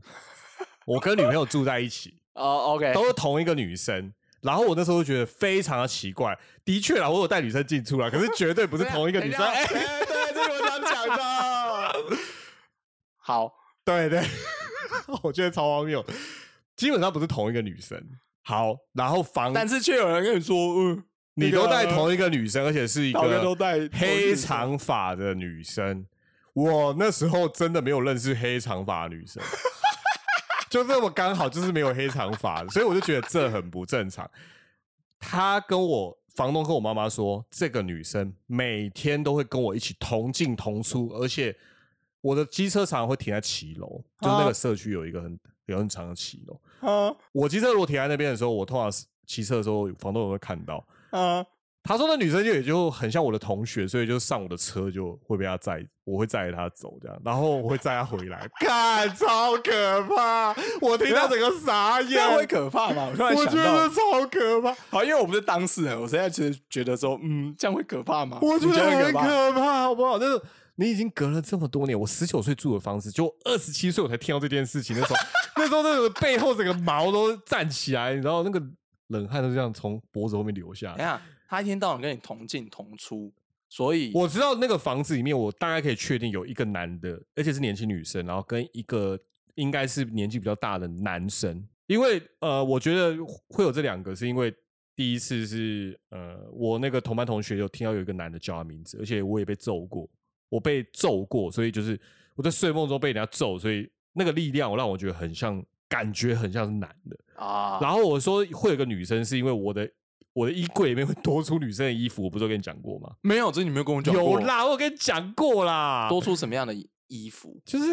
我跟女朋友住在一 (laughs) 起。哦，OK，都是同一个女生。然后我那时候就觉得非常的奇怪，的确啦，我有带女生进出啦，可是绝对 (laughs) 不是同一个女生。哎、哎，对，这是我想讲的。好，对 (laughs) 对，我觉得超荒谬，基本上不是同一个女生。好，然后房但是却有人跟你说，嗯，你那都个带同一个女生，而且是一导哥个都带黑，长发的女生。我那时候真的没有认识黑长发的女 (laughs) 生，就这么刚好就是没有黑长发的，所以我就觉得这很不正常。他跟我房东跟我妈妈说，这个女生每天都会跟我一起同进同出，而且我的机车常常会停在骑楼，就是那个社区有一个很有很长的骑楼。啊我机车如果停在那边的时候，我通常是骑车的时候，房东也会看到。啊，他说那女生就也就很像我的同学，所以就上我的车就会被他载，我会载着他走这样，然后我会载他回 (laughs) 来，干超可怕！我听到整个傻这眼，样会可怕吗？我突然我想觉得到，超可怕，好，因为我不是当事人，我现在其实觉得说，嗯，这样会可怕吗？我觉你得会很怕可怕，好不好？就是你已经隔了这么多年，我十九岁住的房子，就二十七岁我才听到这件事情，那时候那时候那个背后整个毛都站起来，你知道那个冷汗都这样从脖子后面流下等一来。下，哎他一天到晚跟你同进同出，所以我知道那个房子里面，我大概可以确定有一个男的，而且是年轻女生，然后跟一个应该是年纪比较大的男生。因为呃，我觉得会有这两个，是因为第一次是呃，我那个同班同学有听到有一个男的叫他名字，而且我也被揍过，我被揍过，所以就是我在睡梦中被人家揍，所以那个力量让我觉得很像，感觉很像是男的。啊，然后我说会有个女生，是因为我的我的衣柜里面会多出女生的衣服，我不是有跟你讲过吗？没有，这你没有跟我讲有过，啦，我有跟你讲过啦，多出什么样的衣衣服？就是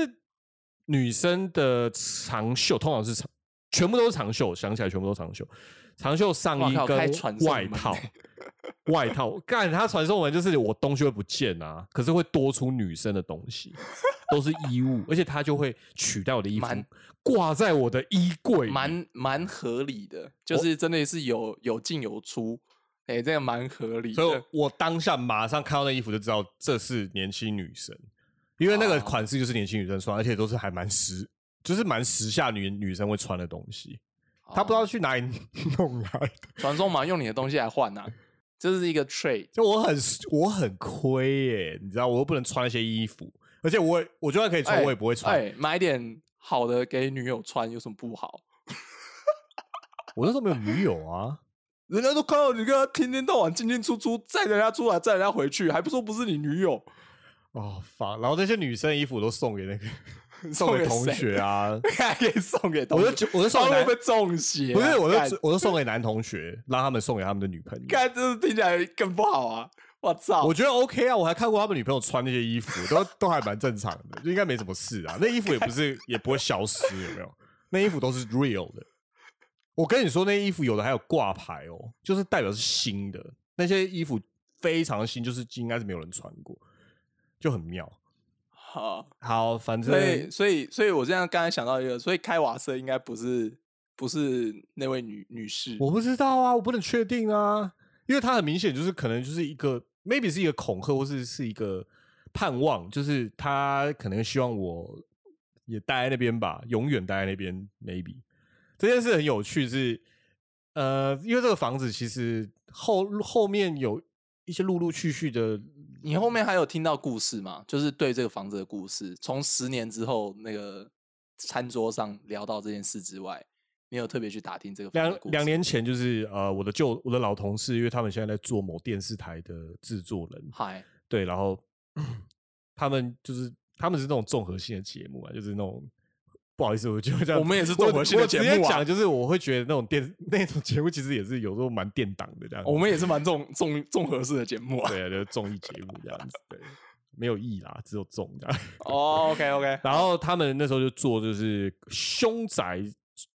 女生的长袖通常是长，全部都是长袖，想起来全部都是长袖，长袖上衣哇靠跟开传送门欸外套，外套。干，他传送门就是我东西会不见啊，可是会多出女生的东西，都是衣物，而且他就会取代我的衣服蛮，挂在我的衣柜里，蛮蛮合理的，就是真的是有有进有出，哎、这个蛮合理的。所以我当下马上看到那衣服就知道这是年轻女生，因为那个哦款式就是年轻女生穿，而且都是还蛮时，就是蛮时下女女生会穿的东西。她不知道哦去哪里 (laughs) 弄来的，传送门用你的东西来换啊，这是一个 trade 就我很我很亏耶、你知道，我又不能穿那些衣服，而且我也我就算可以穿，哎我也不会穿。哎、买点好的给女友穿有什么不好？我那时候没有女友啊， (laughs) 人家都看到你跟他天天到晚进进出出，载人家出来，载人家回去，还不说不是你女友， (laughs) 哦，发，然后那些女生的衣服我都送给那 (laughs) 个送给给同谁学啊，还可以送给同我学就觉我就送他给会男不会中邪啊、不是，我干就我就送给男同学，让他们送给他们的女朋友。干，这是听起来更不好啊！我操，我觉得 OK 啊，我还看过他们女朋友穿那些衣服，都 (laughs) 都还蛮正常的，就应该没什么事啊。那衣服也不是 (laughs) 也不会消失，有没有？那衣服都是 real 的。我跟你说，那衣服有的还有挂牌哦，就是代表是新的。那些衣服非常新，就是应该是没有人穿过，就很妙。好，好，反所以正所以所以我这样刚才想到一个，所以开瓦舍应该不是不是那位女女士，我不知道啊，我不能确定啊，因为他很明显就是可能就是一个 maybe 是一个恐吓，或是是一个盼望，就是他可能希望我也待在那边吧，永远待在那边 maybe。这件事很有趣是，呃，因为这个房子其实后后面有一些陆陆续续的，你后面还有听到故事吗？就是对这个房子的故事，从十年之后那个餐桌上聊到这件事之外，你有特别去打听这个房子两的故事两年前就是呃，我的旧我的老同事，因为他们现在在做某电视台的制作人，嗨对，然后 (clears throat) 他们就是他们是那种综合性的节目啊，就是那种不好意思，我就这样，我们也是综合性的节目啊我直接讲就是我会觉得那种电那种节目其实也是有时候蛮电档的这样子。我们也是蛮重重综合式的节目啊。对啊，就是综艺节目这样子，对，没有意啦，只有综这样。 (laughs) 哦，OK，OK、o k OK，然后他们那时候就做就是凶宅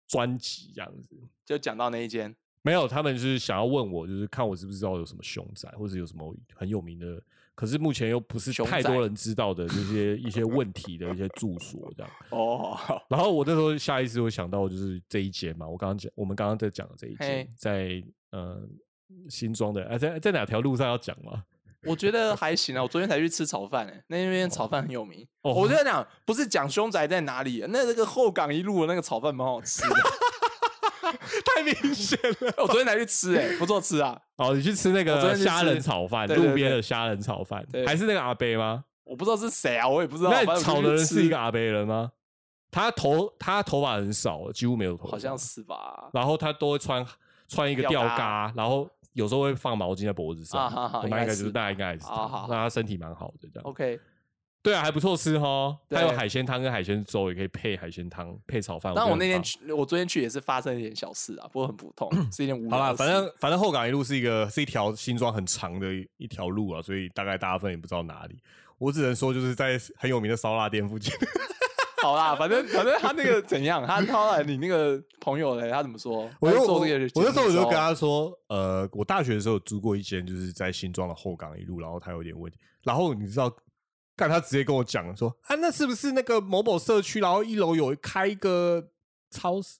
专辑这样子。就讲到那一间，没有，他们就是想要问我，就是看我知不知道有什么凶宅，或者有什么很有名的，可是目前又不是凶太宅多人知道的这些一些问题的一些住所这样。哦，然后我那时候下意识会想到就是这一间嘛，我刚刚讲，我们刚刚在讲的这一间嘿，在呃新庄的，哎、在在哪条路上要讲吗？ (laughs) 我觉得还行啊。我昨天才去吃炒饭、欸，那边炒饭很有名。哦我 (laughs) 就在讲，不是讲凶宅在哪里，啊那那个后港一路的那个炒饭蛮好吃的。 (laughs) 太明显了。我昨天才去吃、欸，哎，不错吃啊。哦，你去吃那我昨个天去吃虾仁炒饭，对对对路边的虾仁炒饭对，还是那个阿伯吗？我不知道是谁啊，我也不知道。那反正我就炒的去人是一吃个，阿伯人吗？他头他头发很少，几乎没有头发，好像是吧？然后他都会穿穿一个吊吊嘎嘎，然后有时候会放毛巾在脖子上。啊哈哈我应该那应该就是是那应该也是啊他哈哈，那他身体蛮好的这样。 OK，对啊，还不错吃哈。对还有海鲜汤跟海鲜粥也可以配海鲜汤配炒饭。但觉我得那很天棒去，我昨天去也是发生一点小事啊，不过很普 (clears throat) 通，是一件无聊好的啦，反事。正反正后港一路是一个是一条新庄很长的一一条路啊，所以大概大部分也不知道哪里。我只能说就是在很有名的烧腊店附近。好啦，反正反正他那个怎样，他后来你那个朋友嘞，他怎么说？我他就在我做这个节我那目的时候我就跟他说，呃，我大学的时候有租过一间，就是在新庄的后港一路，然后他有点问题，然后你知道，干他直接跟我讲说，啊，那是不是那个某某社区，然后一楼有开一个超市？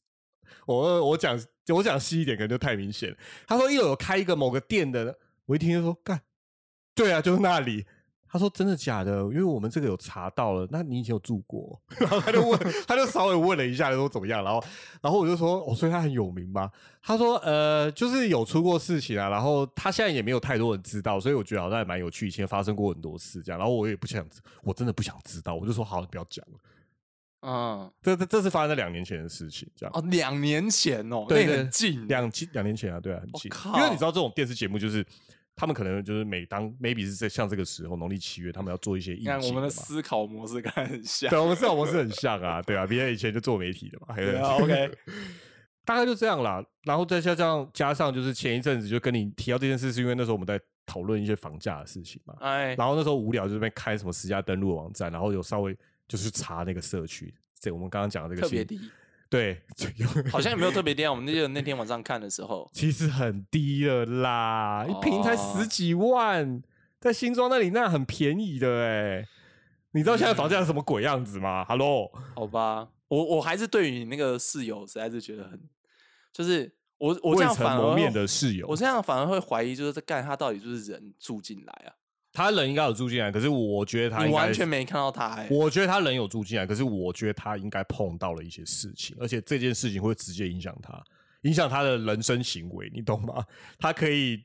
我我讲我讲细一点，可能就太明显了。他说一楼有开一个某个店的，我一听就说，干，对啊，就是那里。他说：“真的假的？因为我们这个有查到了。那你以前有住过？ (laughs) 然后他就问，他就稍微问了一下，说怎么样？然后，然后我就说：哦，所以他很有名吗？他说：呃，就是有出过事情啊。然后他现在也没有太多人知道，所以我觉得好像还蛮有趣。以前发生过很多事这样。然后我也不想，我真的不想知道。我就说好，不要讲了。嗯这这这是发生在两年前的事情，这样。哦，两年前哦，对那对很近，两近两年前啊，对啊，很近。靠因为你知道这种电视节目就是。”他们可能就是每当 maybe 是在像这个时候农历七月，他们要做一些应你景看我们嘛的思考模式跟他很像。对，我们这种模式很像啊，对啊，别人以前就做媒体的嘛，对啊，OK， (laughs) 大概就这样啦。然后再加上加上就是前一阵子就跟你提到这件事，是因为那时候我们在讨论一些房价的事情嘛，哎，然后那时候无聊就在那边开什么私家登录的网站，然后有稍微就是查那个社区，这我们刚刚讲的这个特别新，低，对，好像也没有特别低啊。我们那天那天晚上看的时候， (laughs) 其实很低了啦，一瓶才哦十几万，在新庄那里那很便宜的哎、你知道现在房价是什么鬼样子吗？Hello，好吧，我我还是对于你那个室友实在是觉得很，就是我我这未样曾反而谋面会的室友，我这样反而会怀疑，就是在干他到底就是人住进来啊？他人应该有住进来，可是我觉得他你应该完全，没看到他哎、我觉得他人有住进来，可是我觉得他应该碰到了一些事情，而且这件事情会直接影响他，影响他的人生行为，你懂吗？他可以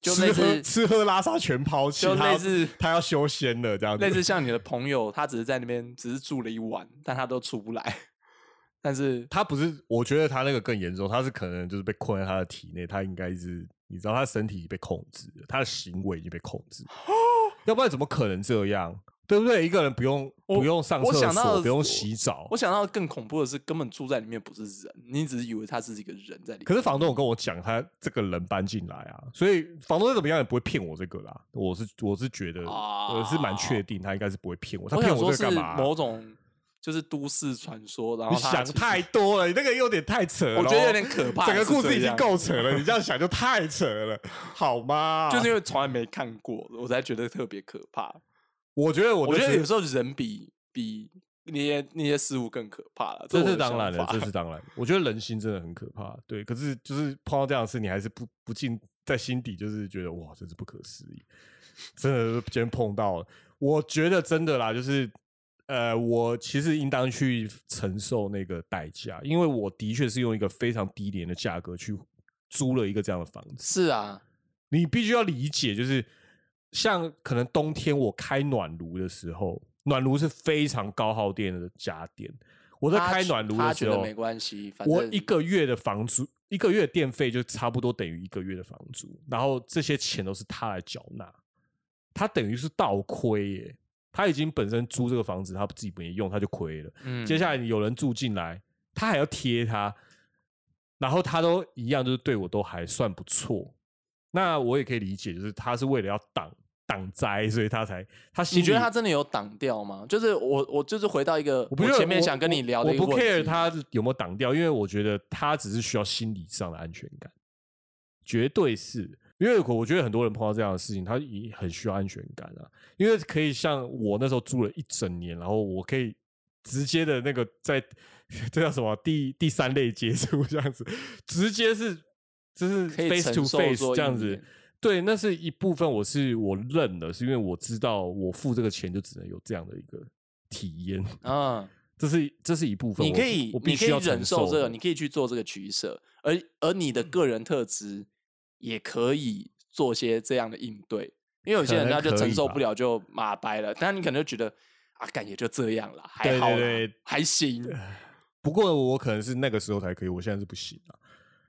就类吃似喝吃喝拉撒全抛弃，就他类似他要修仙了这样子，类似像你的朋友，他只是在那边只是住了一晚，但他都出不来。 (laughs) 但是他不是，我觉得他那个更严重，他是可能就是被困在他的体内，他应该是你知道，他身体被控制了，他的行为已经被控制了，啊要不然怎么可能这样？对不对？一个人不用我不用上我厕想到的所，不用我洗澡我，想到更恐怖的是，根本住在里面不是人，你只是以为他是一个人在里面。可是房东有跟我讲，他这个人搬进来啊，所以房东再怎么样也不会骗我这个啦。我是我是觉得，啊我是蛮确定他应该是不会骗我，他我骗想说这是个干嘛啊、某种就是都市传说，然后你他想其实太多了，你那个有点太扯了哦，我觉得有点 (laughs) 可怕整个是故事这已经样够扯了，你这样想就太扯了，好吗？就是因为从来没看过，我才觉得特别可怕。我觉得我我觉得有是时候人比比那些那些事物更可怕了。这我是的当然想了，法这是当然的。我觉得人心真的很可怕，对。可是就是碰到这样的事，你还是不不禁在心底就是觉得哇，真是不可思议，真的是今天碰到了。我觉得真的啦，就是呃，我其实应当去承受那个代价，因为我的确是用一个非常低廉的价格去租了一个这样的房子。是啊，你必须要理解，就是像可能冬天我开暖炉的时候，暖炉是非常高耗电的家电。我在他开觉暖炉他的觉时得候，没关系反我正一个月的房租，一个月的电费就差不多等于一个月的房租，然后这些钱都是他来缴纳，他等于是倒亏耶。他已经本身租这个房子，他自己没用，他就亏了。嗯，接下来有人住进来，他还要贴他，然后他都一样，就是对我都还算不错。那我也可以理解，就是他是为了要挡挡灾，所以他才他心你觉得里他真的有挡掉吗？就是我，我就是回到一个我不觉得前面我想跟你聊的我一个我不问题 care 他有没有挡掉，因为我觉得他只是需要心理上的安全感，绝对是。因为我觉得很多人碰到这样的事情，他也很需要安全感啊。因为可以像我那时候住了一整年，然后我可以直接的那个在 (laughs) 这叫什么啊第第三类接触这样子，直接是就是可以 face 承 to 受 face 说这样一子年。对，那是一部分，我是我认了，是因为我知道我付这个钱就只能有这样的一个体验。啊。这是这是一部分，你我可必以我，必你可须以要忍承受这个，的你可以去做这个取舍，而而你嗯的个人特质也可以做些这样的应对，因为有些可人能他就可承以受吧不了就马掰了，但你可能就觉得啊，干也就这样啦，还对好啦，对对 (laughs) 还行，不过我可能是那个时候才可以，我现在是不行啊，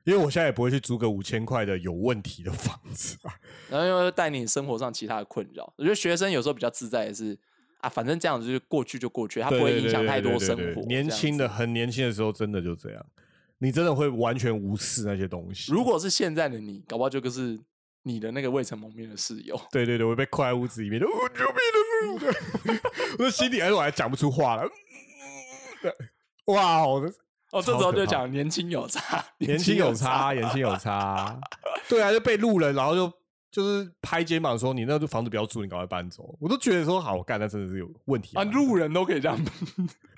因为我现在也不会去租个五千块的有问题的房子啊。然后又带你生活上其他的困扰。我觉得学生有时候比较自在的是啊，反正这样子就是过去就过去，他不对会对影对响对太对多对生对活。年这样轻子的很年轻的时候真的就这样，你真的会完全无视那些东西。如果是现在的你，搞不好就就是你的那个未曾蒙面的室友。对对对，我被困在屋子里面，就哦救命啊！ (laughs) 我的心里还我还讲不出话来。嗯 (laughs) 哇，我的哦，这超时候可就怕讲年轻有差，年轻有差，年轻有差。 (laughs) 对啊，就被路人，然后就就是拍肩膀说：“你那房子不要住，你赶快搬走。”我都觉得说：“好，我干，那真的是有问题啊，路人都可以这样。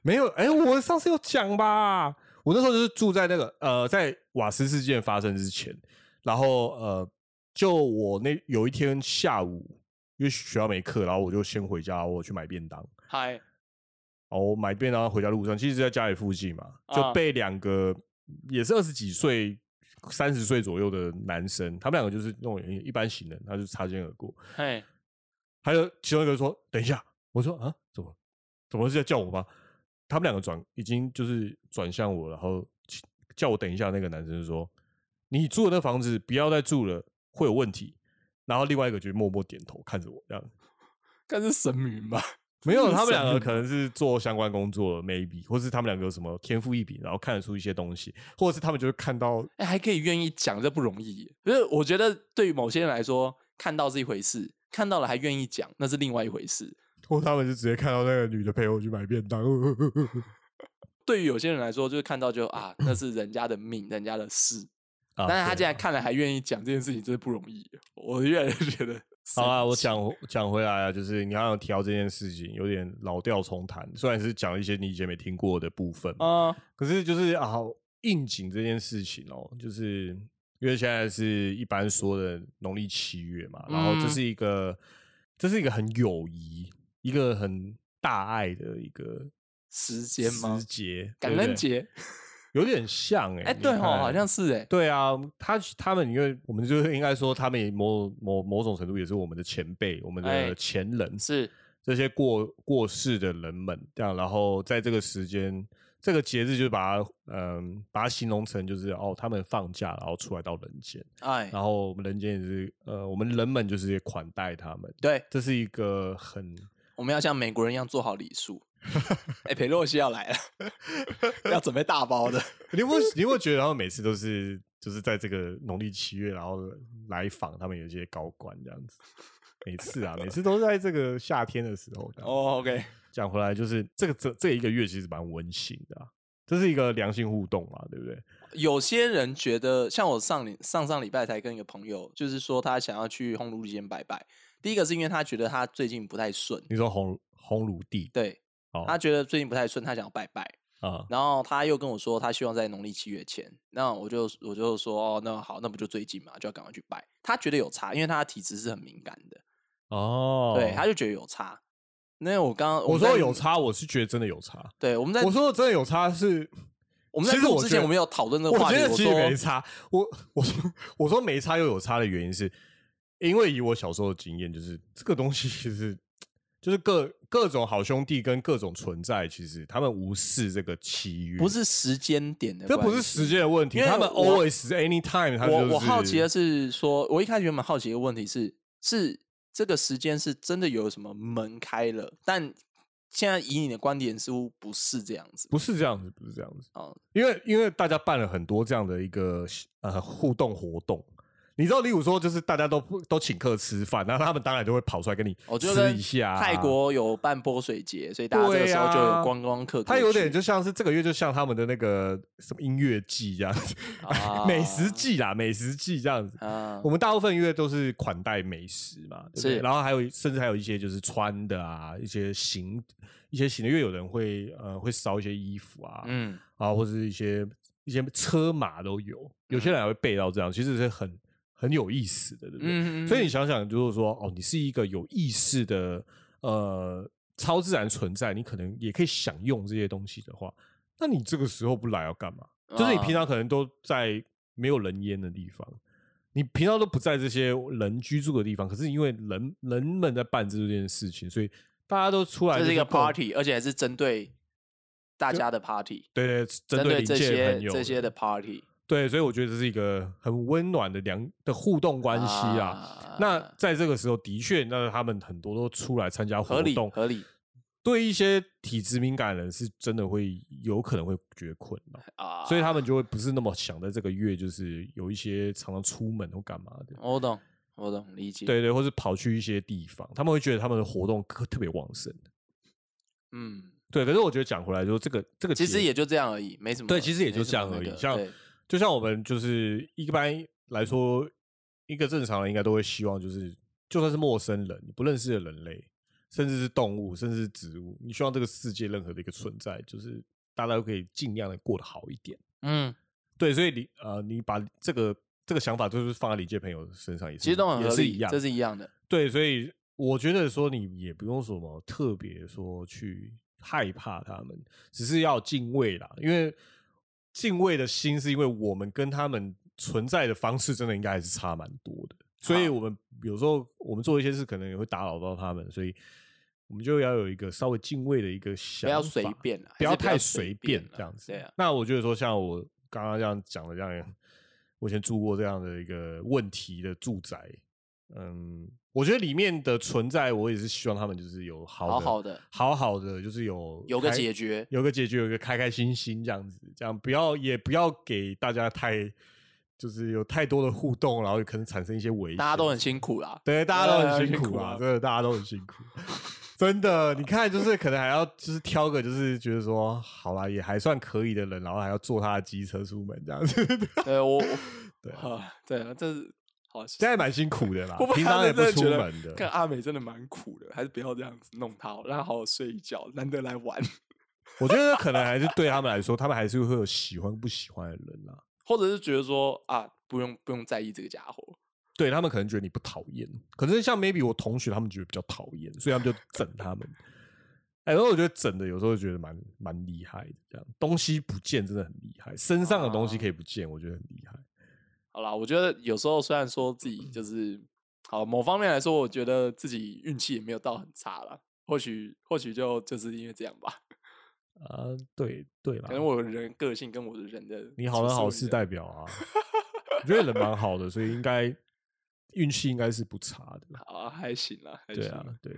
没有，哎、我上次有讲吧，我那时候就是住在那个呃，在瓦斯事件发生之前，然后呃，就我那有一天下午，因为学校没课，然后我就先回家，我去买便当。嗨，然后哦买便当回家路上，其实在家里附近嘛，啊就被两个也是二十几岁、三十岁左右的男生，他们两个就是那种一般型人，他就擦肩而过。嘿，还有其中一个说：“等一下。”我说：“啊，怎么了？怎么是在叫我吗？”他们两个转已经就是转向我，然后其叫我等一下。那个男生就说：“你住的那房子不要再住了，会有问题。”然后另外一个就默默点头看着我，这样但是神明吧？没有，真的他们两神个明可能是做相关工作的，maybe，或是他们两个有什么天赋异禀，然后看得出一些东西，或者是他们就会看到，哎、还可以愿意讲，这不容易耶。可是我觉得对于某些人来说，看到是一回事，看到了还愿意讲，那是另外一回事。或他们就直接看到那个女的陪我去买便当。对于有些人来说，就是看到就啊，那是人家的命，人家的事。啊但是他对竟然看了还愿意讲这件事情，真是不容易耶。我越来越觉得好啊，神我奇讲讲回来啊，就是你刚刚有提到这件事情，有点老调重弹，虽然是讲一些你以前没听过的部分嘛，啊、可是就是啊，好应景这件事情哦，就是因为现在是一般说的农历七月嘛，然后这嗯是一个、这是一个很友谊、一个很大爱的一个时间吗时？节，感对不恩对节，有点像哎、哎、对你哦，看好像是哎，对啊，他他们因为我们就是应该说，他们也某某某种程度也是我们的前辈，我们哎的前人，是这些过过世的人们这样，然后在这个时间这个节日，就把它嗯、把它形容成就是哦，他们放假然后出来到人间，哎，然后我们人间也是呃，我们人们就是也款待他们，对，这是一个很我们要像美国人一样做好礼数。 (laughs) 哎、裴洛西要来了， (laughs) 要准备大包的。 (laughs) (laughs) 你有没有你有没有觉得他们每次都是就是在这个农历七月，然后来访他们有一些高官这样子。每次啊，每次都是在这个夏天的时候这样子。哦、o k 讲回来，就是这个这这一个月其实蛮温馨的、啊，这是一个良性互动嘛，对不对？有些人觉得，像我上礼上上礼拜才跟一个朋友，就是说他想要去烘炉间拜拜。第一个是因为他觉得他最近不太顺，你说红红炉地对哦他觉得最近不太顺，他想要拜拜。啊，然后他又跟我说，他希望在农历七月前。那我就我就说，哦，那好，那不就最近嘛，就要赶快去拜。他觉得有差，因为他的体质是很敏感的，哦对，他就觉得有差。那我刚我们说在有，差，我是觉得真的有差。对，我们在我说真的有差是，我们在其实录我之觉前，得我们有讨论这个我话觉题。得我其实没说，差。我我说我说没差又有差的原因是，因为以我小时候的经验，就是这个东西其实就是各各种好兄弟跟各种存在，其实他们无视这个契约，不是时间点的这关不系，是时间的问题，因为他们我 always anytime，他们我就是我好奇的是说，我一开始原本好奇一个问题是，是这个时间是真的有什么门开了？但现在以你的观点，似乎不是这样子。不是这样子，不是这样子。哦，因为因为大家办了很多这样的一个呃互动活动，你知道，例如说，就是大家都不都请客吃饭，那他们当然就会跑出来跟你我觉得吃一下啊、哦泰国有办泼水节，所以大家这个对时候就有啊观光客可以它去。有点就像是这个月，就像他们的那个什么音乐季这样子，啊美食季啦，美食季这样子。啊我，们大部分音乐都是款待美食嘛，对不对是然后还有甚至还有一些就是穿的啊，一些行一些行的，因为有人会呃会烧一些衣服啊，嗯，嗯啊，或者是一些一些车马都有，有些人还会背到这样，其实是很很有意思的，对不对？嗯所以你想想，如果说哦，你是一个有意识的呃超自然存在，你可能也可以享用这些东西的话，那你这个时候不来要干嘛？就是你啊平常可能都在没有人烟的地方，你平常都不在这些人居住的地方，可是因为人人们在办这件事情，所以大家都出来啊这是一个共 party，而且还是针对大家的 party，对对，针针对对邻这界些朋友这些的 party 对，所以我觉得这是一个很温暖的良的互动关系啊。那嗯在这个时候，的确，那他们很多都出来参加合活理动，合理对一些体质敏感的人是真的会有可能会觉得困扰，啊，所以他们就会不是那么想在这个月就是有一些常常出门或干嘛的，我懂我懂理解，对对，或是跑去一些地方，他们会觉得他们的活动可特别旺盛。嗯，对，可是我觉得讲回来，就是这个这个其实节也就这样而已，没什么对，其实也就没什这样么而那已。个像对就像我们就是一般嗯来说，一个正常人应该都会希望，就是就算是陌生人、你不认识的人类，甚至是动物，甚至是植物，你希望这个世界任何的一个存在，就是大家都可以尽量的过得好一点。嗯，对，所以你呃，你把这个这个想法就是放在理界朋友身上也是，其实都很也合是一理，样，这是一样的，对，所以我觉得说你也不用什么特别说去害怕他们，只是要敬畏啦，因为敬畏的心是因为我们跟他们存在的方式真的应该还是差蛮多的，所以好我们有时候我们做一些事可能也会打扰到他们，所以我们就要有一个稍微敬畏的一个想法，不要随便啦，不还要是不太要随随便便啦这样子。对啊，那我觉得说，像我刚刚这样讲的这样，我以前住过这样的一个问题的住宅，嗯，我觉得里面的存在，我也是希望他们就是有好的好好的好好的，就是有有个开解决有个解决，有个开开心心这样子，这样不要也不要给大家太就是有太多的互动，然后可能产生一些危险，大家都很辛苦啦，对，大家都大家很辛辛苦苦啊，啊真的，大家都很辛苦，真的。你看，就是可能还要就是挑个就是觉得说好啦，也还算可以的人，然后还要坐他的机车出门这样子， (laughs) 对我我对啊对啊，这是好辛现在蛮辛苦的啦我，平常也也不出门看的。阿美真的蛮苦的，还是不要这样子弄她，哦让她好好睡一觉，难得来玩， (laughs) 我觉得可能还是对他们来说，他们还是会有喜欢不喜欢的人啦。或者是觉得说啊，不用不用在意这个家伙，对他们可能觉得你不讨厌，可是像 maybe 我同学他们觉得比较讨厌，所以他们就整他们。哎，然后我觉得整的有时候觉得蛮蛮厉害的，这样东西不见真的很厉害，身上的东西可以不见，我觉得很厉害。好啦，我觉得有时候虽然说自己嗯就是好某方面来说，我觉得自己运气也没有到很差啦。或许或许就就是因为这样吧，啊，对对啦，可能我人个性跟我的人的啊你好人好事代代表啊，我觉得人蛮好的，所以应该运气应该是不差的。啊还行啦，还对行啊啦，，对，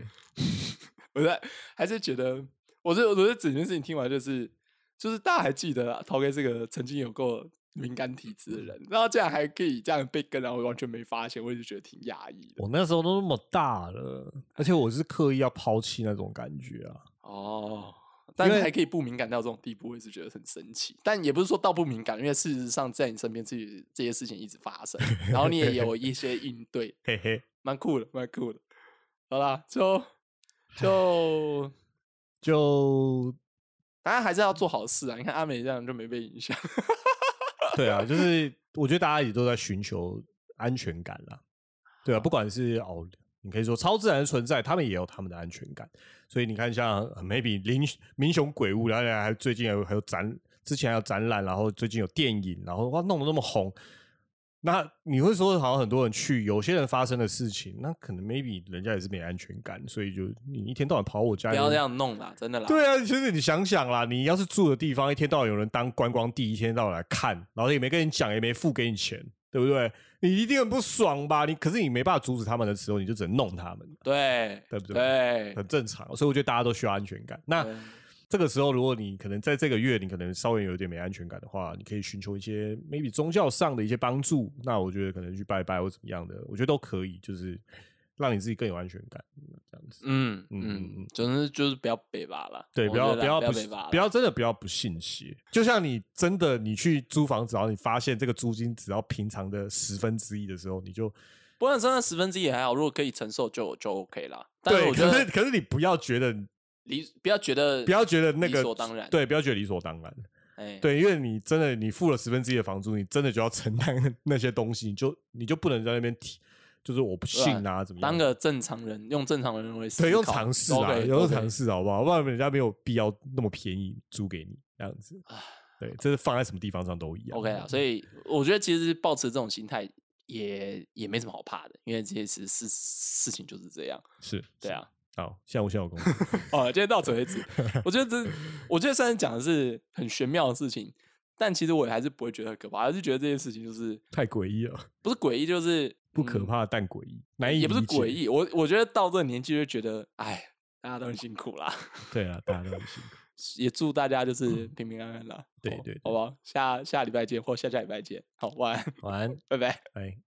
我在还是觉得，我是我觉得整件事情听完就是就是大家还记得啊陶哥这个曾经有过敏感体质的嗯人，然后竟然还可以这样被跟，然后完全没发现，我就觉得挺压抑的。我那时候都那么大了，而且我是刻意要抛弃那种感觉啊。哦，但为是还可以不敏感到这种地步，我也是觉得很神奇。但也不是说到不敏感，因为事实上在你身边这这些事情一直发生，然后你也有一些应对，嘿嘿，蛮酷的，蛮酷的。好啦，就就就当然还是要做好事啊。你看阿美这样就没被影响， (laughs) 对啊，就是我觉得大家也都在寻求安全感啦。对啊，不管是哦，你可以说超自然的存在，他们也有他们的安全感。所以你看像，呃 maybe 灵民雄鬼物，然后还最近还有还有展，之前还有展览，然后最近有电影，然后哇弄得那么红。那你会说，好像很多人去，有些人发生的事情，那可能 maybe 人家也是没安全感，所以就你一天到晚跑我家，不要这样弄啦，真的啦。对啊，其实你想想啦，你要是住的地方一天到晚有人当观光地，一天到晚来看，然后也没跟你讲，也没付给你钱，对不对？你一定很不爽吧？你可是你没办法阻止他们的时候，你就只能弄他们，对对不对嗯对嗯很正常。所以我觉得大家都需要安全感。那对这个时候，如果你可能在这个月你可能稍微有一点没安全感的话，你可以寻求一些 maybe 宗教上的一些帮助。那我觉得可能去拜拜或怎么样的，我觉得都可以，就是让你自己更有安全感，这样子。嗯嗯嗯嗯嗯，总之就是不要北吧啦，对，我不要觉得不啦要不要不北吧啦，不要真的不要不信邪。就像你真的你去租房子，然后你发现这个租金只要平常的十分之一的时候，你就不然真的十分之一也还好，如果可以承受就就 OK 啦。但是对。我觉可是得可是你不要觉得理不要觉得不要觉得那个理所当然，对，不要觉得理所当然。哎，对，因为你真的你付了十分之一的房租，你真的就要承担那些东西，你就你就不能在那边提，就是我不信啊，怎么样？当个正常人，用正常人为思对，用考尝试都啊，可以用都可以尝试好不好？不然人家没有必要那么便宜租给你这样子唉。对，这是放在什么地方上都一样。 OK 啊，所以我觉得其实抱持这种心态也也没什么好怕的，因为这些事事事情就是这样，是对。啊。是 (laughs) 好，下午下午工哦，今天到此为止。我觉得这，我觉得虽然讲的是很玄妙的事情，但其实我还是不会觉得很可怕，还是觉得这件事情就是太诡异了，不是诡异，就是不可嗯怕但诡异，难以也不是理解诡。异。我我觉得到这个年纪就会觉得，哎，大家都很辛苦啦，对啊，大家都很辛苦。也祝大家就是平平安安啦。嗯对好对对 (laughs) 好不好？下下礼拜见，或下下礼拜见。好，晚安，晚安，拜拜。哎。